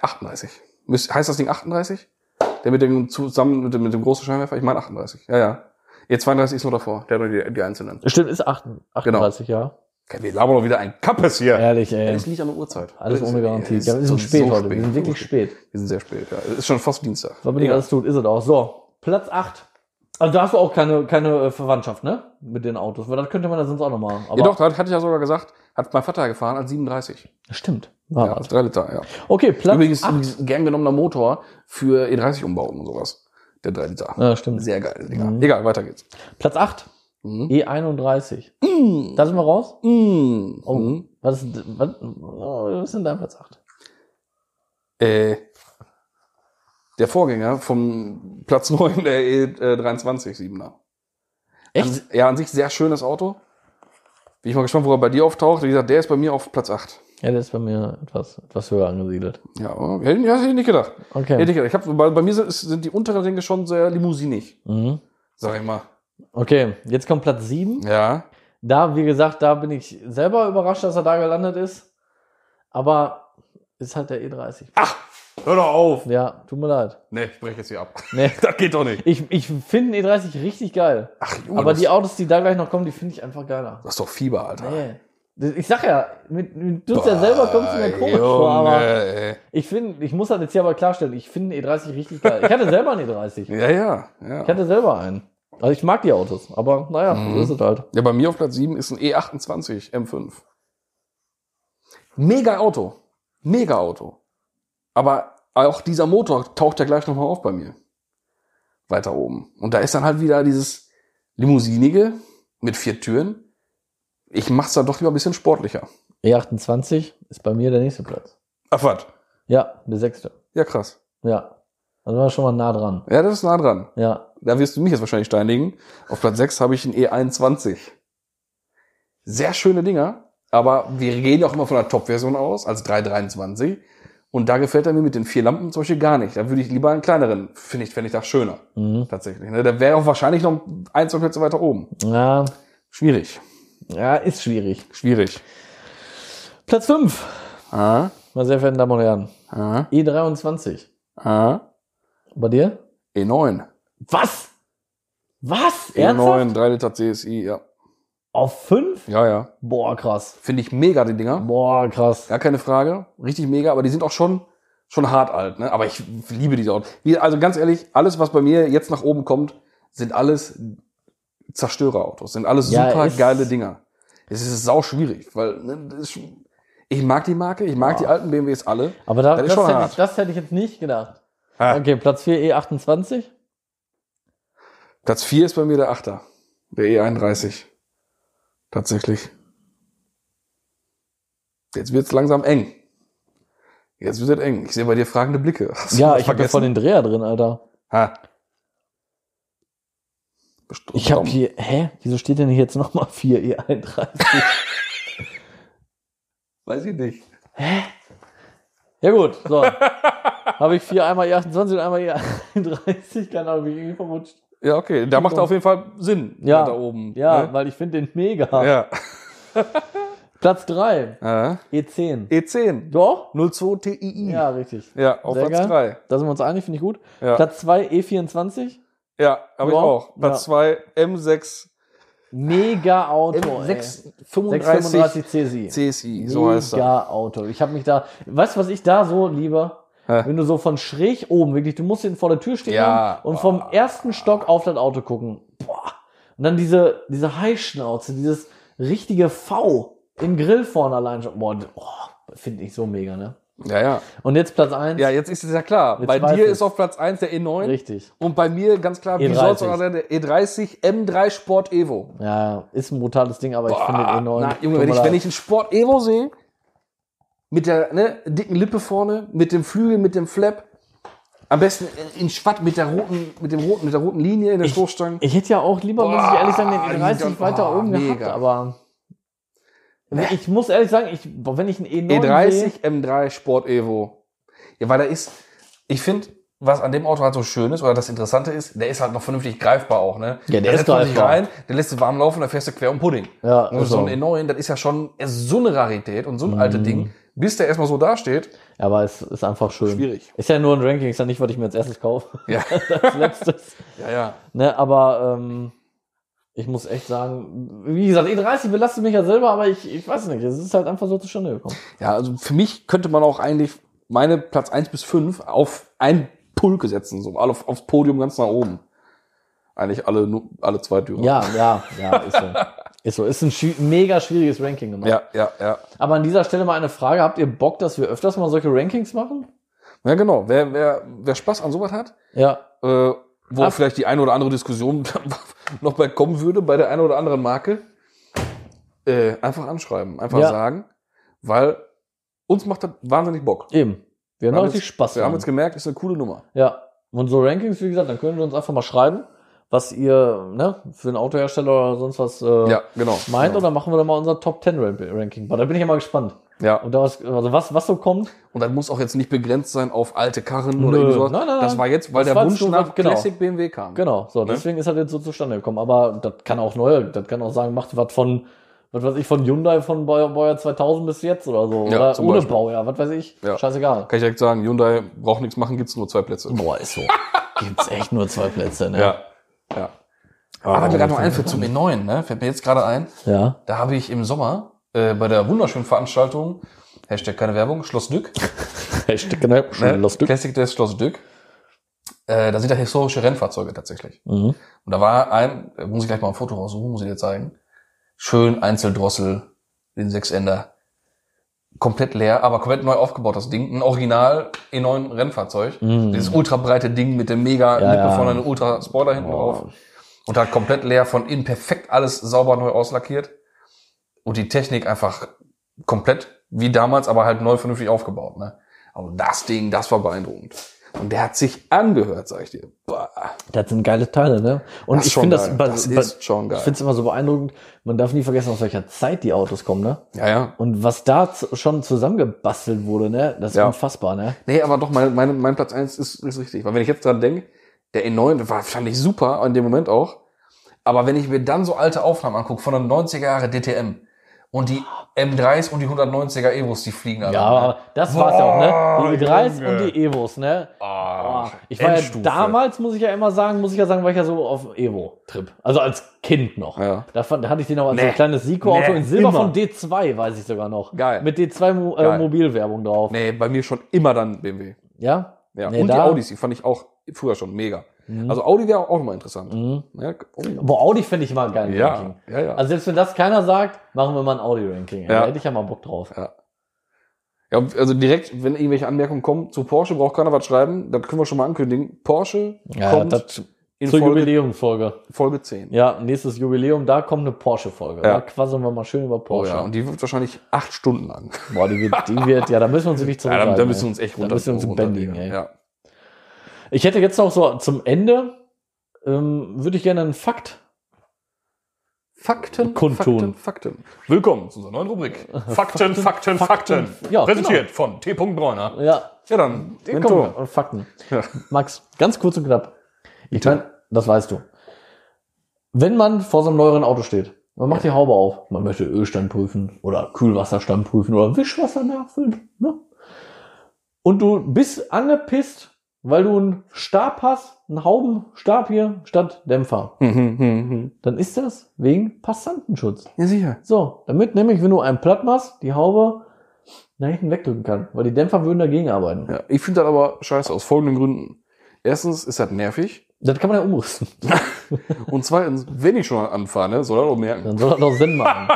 38. Müsst- Heißt das Ding 38? Der mit dem zusammen mit dem, mit dem großen Scheinwerfer? Ich meine 38. Ja, ja. E32 ist nur davor. Der hat nur die, die einzelnen. Genau. Stimmt, ist 8, 38, ja. Wir labern doch wieder ein Kappes hier. Ehrlich, ey. Das liegt an der Uhrzeit. Alles Das- ohne Garantie. es Ja, wir sind so spät heute. Wir sind wirklich spät. Wir sind sehr spät, ja. Es ist schon fast Dienstag. Was man nicht alles tut, ist es auch. So, Platz 8. Also da hast du auch keine, keine äh, Verwandtschaft, ne? Mit den Autos. Weil das könnte man ja sonst auch noch machen. Aber Ja, doch, das hatte ich ja sogar gesagt, hat mein Vater gefahren an 37. Stimmt. War Ja, Ah, was. drei Liter, ja. Okay, Platz Übrigens, 8. übrigens ein gern genommener Motor für E30-Umbauten und sowas. Der 3 Liter. Ja, stimmt. Sehr geil, Digga. Mhm. Egal, weiter geht's. Platz 8. Mhm. E31. Mhm. Da sind wir raus? Mhm. Oh, Mhm. was, ist- was, oh, was ist denn dein Platz 8? Äh, der Vorgänger vom Platz 9 der E E23 7er. Echt? An, ja, an sich sehr schönes Auto. Bin ich mal gespannt, wo er bei dir auftaucht. Wie gesagt, der ist bei mir auf Platz 8. Ja, der ist bei mir etwas, etwas höher angesiedelt. Ja, aber hätte, ja, hätte ich nicht gedacht. Hätte Okay. ich gedacht. Ich hab, bei, bei mir sind, ist- sind die unteren Dinge schon sehr limousinig, Mhm. sag ich mal. Okay, jetzt kommt Platz 7. Ja. Da, wie gesagt, da bin ich selber überrascht, dass er da gelandet ist. Aber ist halt der E30. Hör doch auf. Ja, tut mir leid. Ne, ich breche jetzt hier ab. Nee. das geht doch nicht. Ich, ich finde den E30 richtig geil. Ach, Junge, Aber das, die Autos, die da gleich noch kommen, die finde ich einfach geiler. das ist doch Fieber, Alter. Nee. Das- Ich sag ja, mit, mit du ja selber kommst mir Boah, komisch vor, aber Junge, ey. ich finde, ich muss das jetzt hier aber klarstellen, ich finde einen E30 richtig geil. Ich hatte selber einen E30. Ja, ja, ja. Ich hatte selber einen. Also ich mag die Autos, aber naja, Mhm. so ist es halt. Ja, bei mir auf Platz 7 ist ein E E28 M5. Mega Auto. Mega Auto. Aber auch dieser Motor taucht ja gleich nochmal auf bei mir. Weiter oben. Und da ist dann halt wieder dieses Limousinige mit vier Türen. Ich mach's dann doch lieber ein bisschen sportlicher. E28 E ist bei mir der nächste Platz. Ach was. Ja, der sechste. Ja, krass. Ja. Also war schon mal nah dran. Ja, das ist nah dran. Ja. Da wirst du mich jetzt wahrscheinlich steinigen. Auf Platz 6 habe ich einen E21. Sehr schöne Dinger, aber wir gehen ja auch immer von der Top-Version aus, als 323. Und da gefällt er mir mit den vier Lampen zum Beispiel gar nicht. Da würde ich lieber einen kleineren, finde ich, fände ich das schöner. Mhm. Tatsächlich. Ne? Der wäre auch wahrscheinlich noch ein, zwei Plätze weiter oben. Ja, Schwierig. ja, ist schwierig. Schwierig. Platz 5, Ah, meine sehr verehrten Damen und Herren. ah, E23. ah. E Bei dir? E9. Was? Was? E Ernsthaft? E9, 3 Liter CSI, ja. Auf 5? Ja, ja. Boah, krass. Finde ich mega, die Dinger. Boah, krass. Gar keine Frage. Richtig mega, aber die sind auch schon, schon hart alt, ne? Aber ich liebe diese Autos. Wie- Also ganz ehrlich, alles, was bei mir jetzt nach oben kommt, sind alles Zerstörerautos, sind alles Ja, super ist- geile Dinger. Es ist sau schwierig, weil ne, das ist, schon- ich mag die Marke, ich mag die alten BMWs alle. Aber da, Das das, ist schon hätte hart. ich, das hätte ich jetzt nicht gedacht. Ah. Okay, Platz E 4, E28. Platz 4 ist bei mir der Achter, der E31. Tatsächlich. Jetzt wird's langsam eng. Jetzt wird es eng. Ich sehe bei dir fragende Blicke. Hast du Ja, was ich habe vergessen? voll den Dreher drin, Alter. Ha. Bestimmt. Ich habe hier, hä? Wieso steht denn hier jetzt nochmal 4 E31? Weiß ich nicht. ja gut, so. habe ich 4 einmal E28 und einmal E31. Keine Ahnung, bin ich irgendwie verrutscht. Ja, okay. Da macht er auf jeden Fall Sinn. Ja. Da oben. Ja, Ne? weil ich finde den mega. Ja. Platz 3, Äh, E10. E10. du auch? 02 TII. Ja, richtig. Ja, auf Sehr Platz geil. 3. Da sind wir uns einig, finde ich gut. Ja, Platz E 2, E24. ja habe ich Ja. auch. Platz 2, M6. Mega Auto. ey. 635 635 CSI. CSI, so heißt er. Mega Auto. Ich habe mich da, weißt du, was ich da so lieber? Hä? Wenn du so von schräg oben, wirklich, du musst den vor der Tür stehen Ja. haben und vom Boah. ersten Stock auf das Auto gucken. Boah. Und dann diese, diese Haischnauze, dieses richtige V im Grill vorne allein schon. Boah, d- oh, finde ich so mega, ne? Ja, ja. Und jetzt Platz 1. Ja, jetzt ist es ja klar. Jetzt bei weiß dir ich's. ist auf Platz 1 der E9. Richtig. E Und bei mir ganz klar, wie E30. soll es auch sein, der E E30 M3 Sport Evo. Ja, ist ein brutales Ding, aber ich eh Boah, finde E den enorm. Ah, Na, Junge, wenn ich, wenn ich einen Sport Evo sehe, mit der ne, dicken Lippe vorne, mit dem Flügel, mit dem Flap, am besten in- in Schwatt mit der roten, mit dem roten, mit der roten Linie in der Stoßstange. Ich hätte ja auch lieber, muss ich Boah, ehrlich sagen, den Junge, E30 weiter boah, oben gehabt, mega. aber ich muss ehrlich sagen, ich, boah, wenn ich einen E E9 sehe, E30 M3 Sport Evo. Ja, weil da ist, ich finde, was an dem Auto halt so schön ist oder das Interessante ist, der ist halt noch vernünftig greifbar auch, ne? Ja, der Da ist setzt man sich greifbar. Rein, der lässt du warm laufen, dann fährst du quer um Pudding. Ja, und ist so so. Mhm. ein E- E9, das ist ja schon ist so eine Rarität und so ein altes Ding. Bis der erstmal so dasteht, aber es ist einfach schön. Schwierig. Ist ja nur ein Ranking, ist ja nicht, was ich mir als erstes kaufe. Ja. Als letztes. ja, ja. ne, aber ähm, Ich muss echt sagen, wie gesagt, E30 belastet mich ja selber, aber ich, ich weiß nicht, es ist halt einfach so zustande gekommen. Ja, also für mich könnte man auch eigentlich meine Platz 1 bis 5 auf ein Pulke setzen, so alle auf, aufs Podium ganz nach oben. Eigentlich alle, nur- alle zwei Türen. Ja, ja, ja, ist so. Ist so, ist ein schwi- mega schwieriges Ranking gemacht. ja, ja, ja. Aber an dieser Stelle mal eine Frage, habt ihr Bock, dass wir öfters mal solche Rankings machen? Ja, genau. Wer, wer, wer Spaß an sowas hat, Ja, äh, wo Ah. vielleicht die eine oder andere Diskussion noch bei kommen würde, bei der einen oder anderen Marke, äh, einfach anschreiben, einfach Ja. sagen, weil uns macht das wahnsinnig Bock. eben. Wir haben, Wir haben richtig Spaß Wir haben dran. jetzt gemerkt, ist eine coole Nummer. Ja. Und so Rankings, wie gesagt, dann könnt ihr uns einfach mal schreiben, was ihr, ne, für einen Autohersteller oder sonst was äh, Ja, genau. meint. genau. Oder machen wir dann mal unser Top 10 Ran- Ranking. Aber da bin ich ja mal gespannt. Ja. Und da was, also was, was so kommt. Und das muss auch jetzt nicht begrenzt sein auf alte Karren oder Nö. irgendwie sowas. Nein, nein, das nein. war jetzt, weil Das der war Wunsch so- nach genau. Classic BMW kam. Genau, so, Ne? deswegen ist halt jetzt so zustande gekommen. Aber das kann auch neu, das kann auch sagen, macht was von, was weiß ich, von Hyundai von Baujahr Baujahr 2000 bis jetzt oder so. Ja, oder zum ohne Beispiel. Baujahr, was weiß ich. Ja. Scheißegal. Kann ich direkt sagen, Hyundai braucht nichts machen, gibt's nur zwei Plätze. Boah, ist so. Gibt's echt nur zwei Plätze, ne? Ja. ja. Ah, Aber mir gerade noch einfällt zum E9, ne? Fällt mir jetzt gerade ein. Ja. Da habe ich im Sommer äh, bei der wunderschönen Veranstaltung, Hashtag keine Werbung, Schloss Dück, Hashtag genau, ne? Classic des Schloss Dück. Äh, da sind ja historische Rennfahrzeuge tatsächlich. Mhm. Und da war ein, äh, muss ich gleich mal ein Foto raussuchen, muss ich dir zeigen. Schön Einzeldrossel, den Sechsender. Komplett leer, aber komplett neu aufgebaut, das Ding. Ein Original E9 Rennfahrzeug. Mhm. Dieses ultra breite Ding mit dem mega Ja, Lippe ja. vorne, eine ultra Spoiler hinten drauf. Und halt komplett leer, von innen perfekt alles sauber neu auslackiert. Und die Technik einfach komplett wie damals, aber halt neu vernünftig aufgebaut, ne? Also das Ding, das war beeindruckend. Und der hat sich angehört, sag ich dir. Bah, Das sind geile Teile, ne? Und Das ist ich schon finde geil. das, bei- Das bei- ist schon geil. Ich finde es immer so beeindruckend. Man darf nie vergessen, aus welcher Zeit die Autos kommen, ne? ja, ja, Und was da z- schon zusammengebastelt wurde, ne? Das ist Ja. unfassbar, ne? Nee, aber doch, mein, mein, mein Platz eins ist, ist richtig. Weil wenn ich jetzt dran denke, der E9 war wahrscheinlich super in dem Moment auch. Aber wenn ich mir dann so alte Aufnahmen angucke von den 90er Jahre DTM und die M3s und die 190er Evos, die fliegen alle. Ja, aber das war's ja auch, ne? Die E3s und die Evos, ne? Ah, Boah, ich war ja Endstufe. damals, muss ich ja immer sagen, muss ich ja sagen, war ich ja so auf Evo-Trip. Also als Kind noch. Ja. Da, fand, da hatte ich den auch als so Nee. ein kleines Sico-Auto Nee, in Silber immer. von D2, weiß ich sogar noch. Geil. Mit D2 Geil. äh, Mobilwerbung drauf. Nee, bei mir schon immer dann BMW. Ja? Ja. Nee, und die da- Mhm. Audis, die fand ich auch früher schon mega. Also Audi wäre auch nochmal interessant. Ja, oh. Boah, Audi fände ich immer geil. im ja, Ranking. ja, ja. Mhm. Also selbst wenn das keiner sagt, machen wir mal ein Audi-Ranking. ey. Ja. Da hätte ich ja mal Bock drauf. Ja, also direkt, wenn irgendwelche Anmerkungen kommen, zu Porsche braucht keiner was schreiben, dann können wir schon mal ankündigen. Porsche kommt in zur Folge, Jubiläum-Folge. Folge 10. Ja, nächstes Jubiläum, da kommt eine Porsche-Folge. Ja. Da quasseln wir mal schön über Oh Porsche. ja, und die wird wahrscheinlich acht Stunden lang. Boah, die wird, die wird, ja, da müssen wir uns wirklich zurückhalten. da, da ey. müssen wir uns echt Da runter. müssen wir uns im Band liegen, ey. Ja. Ich hätte jetzt noch so zum Ende, ähm, würde ich gerne einen Fakt. Fakten, Fakten, Kundtun. Fakten. Willkommen zu unserer neuen Rubrik. Fakten, Fakten, Fakten. Ja, genau. Präsentiert von T. Bräuner. Ja, Ja, dann. komm, äh, Fakten. Ja. Max, ganz kurz und knapp. Ich meine, das weißt du. Wenn man vor so einem neueren Auto steht, man macht die Haube auf, man möchte Ölstand prüfen oder Kühlwasserstand prüfen oder Wischwasser nachfüllen, ne? Und du bist angepisst, weil du einen Stab hast, einen Haubenstab hier statt Dämpfer. Mhm, mhm, mhm. Dann ist das wegen Passantenschutz. Ja, sicher. So, damit nämlich, wenn du einen platt machst, die Haube nach hinten wegdrücken kann, weil die Dämpfer würden dagegen arbeiten. Ja, ich finde das aber scheiße aus folgenden Gründen. Erstens ist das nervig. Das kann man ja umrüsten. Und zweitens, wenn ich schon anfahre, ne, soll das auch merken. Dann soll das doch Sinn machen.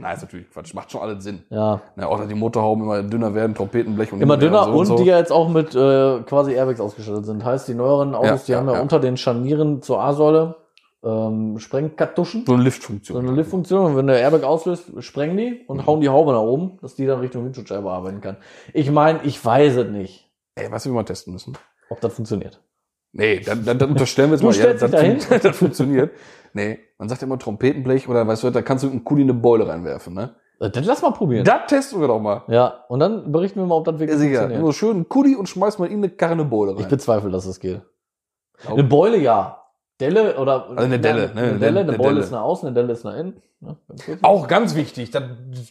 Nein, ist natürlich Quatsch. Macht schon alles Sinn. Ja. Na, auch, dass die Motorhauben immer dünner werden, Trompetenblech und Immer hin und her dünner und, so die ja jetzt auch mit äh, quasi Airbags ausgestattet sind. Heißt, die neueren Autos, die ja, haben ja, ja. unter den Scharnieren zur A-Säule ähm, Sprengkartuschen. so eine So Liftfunktion. eine Liftfunktion und wenn der Airbag auslöst, sprengen die und hauen die Haube nach oben, dass die dann Richtung Windschutzscheibe arbeiten kann. Ich meine, ich weiß es nicht, Ey, weißt du, wie wir mal testen müssen? ob das funktioniert. Nee, dann, dann, dann unterstellen wir es Du mal. stellst ja, dich dahin. das, fun- das funktioniert. Nee, man sagt immer Trompetenblech oder weißt du, was, da kannst du mit einem Kuli eine Beule reinwerfen, ne? Äh, Dann lass mal probieren. Das testen wir doch mal. ja, und dann berichten wir mal, ob das Ja, wirklich sicher. funktioniert. Nur schön einen Kuli und schmeißt mal in eine Karre eine Beule Ich rein. bezweifle, dass es geht. Glaub- Eine Beule ja. Delle oder Also eine Delle, Eine, ne? eine Delle, eine, Eine Beule Delle. ist nach außen, eine Delle ist nach innen. Ja, ganz kurz. Auch ganz wichtig, das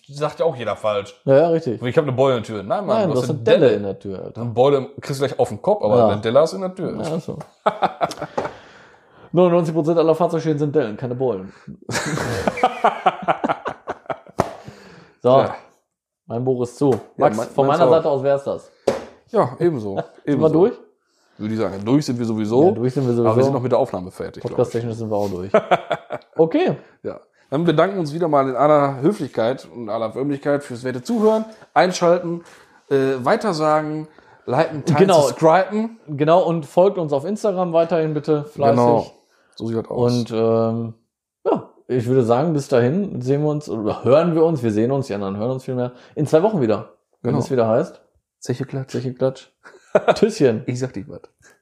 sagt ja auch jeder falsch. ja, ja richtig. Ich habe eine Beule in der Tür. Nein, Mann, Nein, du hast eine Delle, in der Tür, Alter. Eine Beule kriegst du gleich auf den Kopf, aber Ja. eine Delle hast du in der Tür. Ja, so. 99% aller Fahrzeugschäden sind Dellen, keine Beulen. so, Ja. mein Buch ist zu. Max, mein- von meins meiner auch. Seite aus wär's das. Ja, ebenso. Sind ebenso. wir durch? Würde ich sagen. Durch sind wir sowieso. Ja, durch sind wir sowieso. Aber wir sind noch mit der Aufnahme fertig. glaub ich. Podcast-technisch sind wir auch durch. Okay. Ja. Dann bedanken uns wieder mal in aller Höflichkeit und aller Förmlichkeit fürs werte Zuhören, Einschalten, äh, weitersagen, liken, teilen, Genau. subscriben. Genau, und folgt uns auf Instagram weiterhin bitte fleißig. Genau. So sieht das aus. Und ähm, ja, ich würde sagen, bis dahin sehen wir uns oder hören wir uns, wir sehen uns, die anderen hören uns vielmehr, in zwei Wochen wieder. Wenn Genau. es wieder heißt. Zeche Klatsch. Zeche Klatsch. Tschüsschen. Ich sag dir was.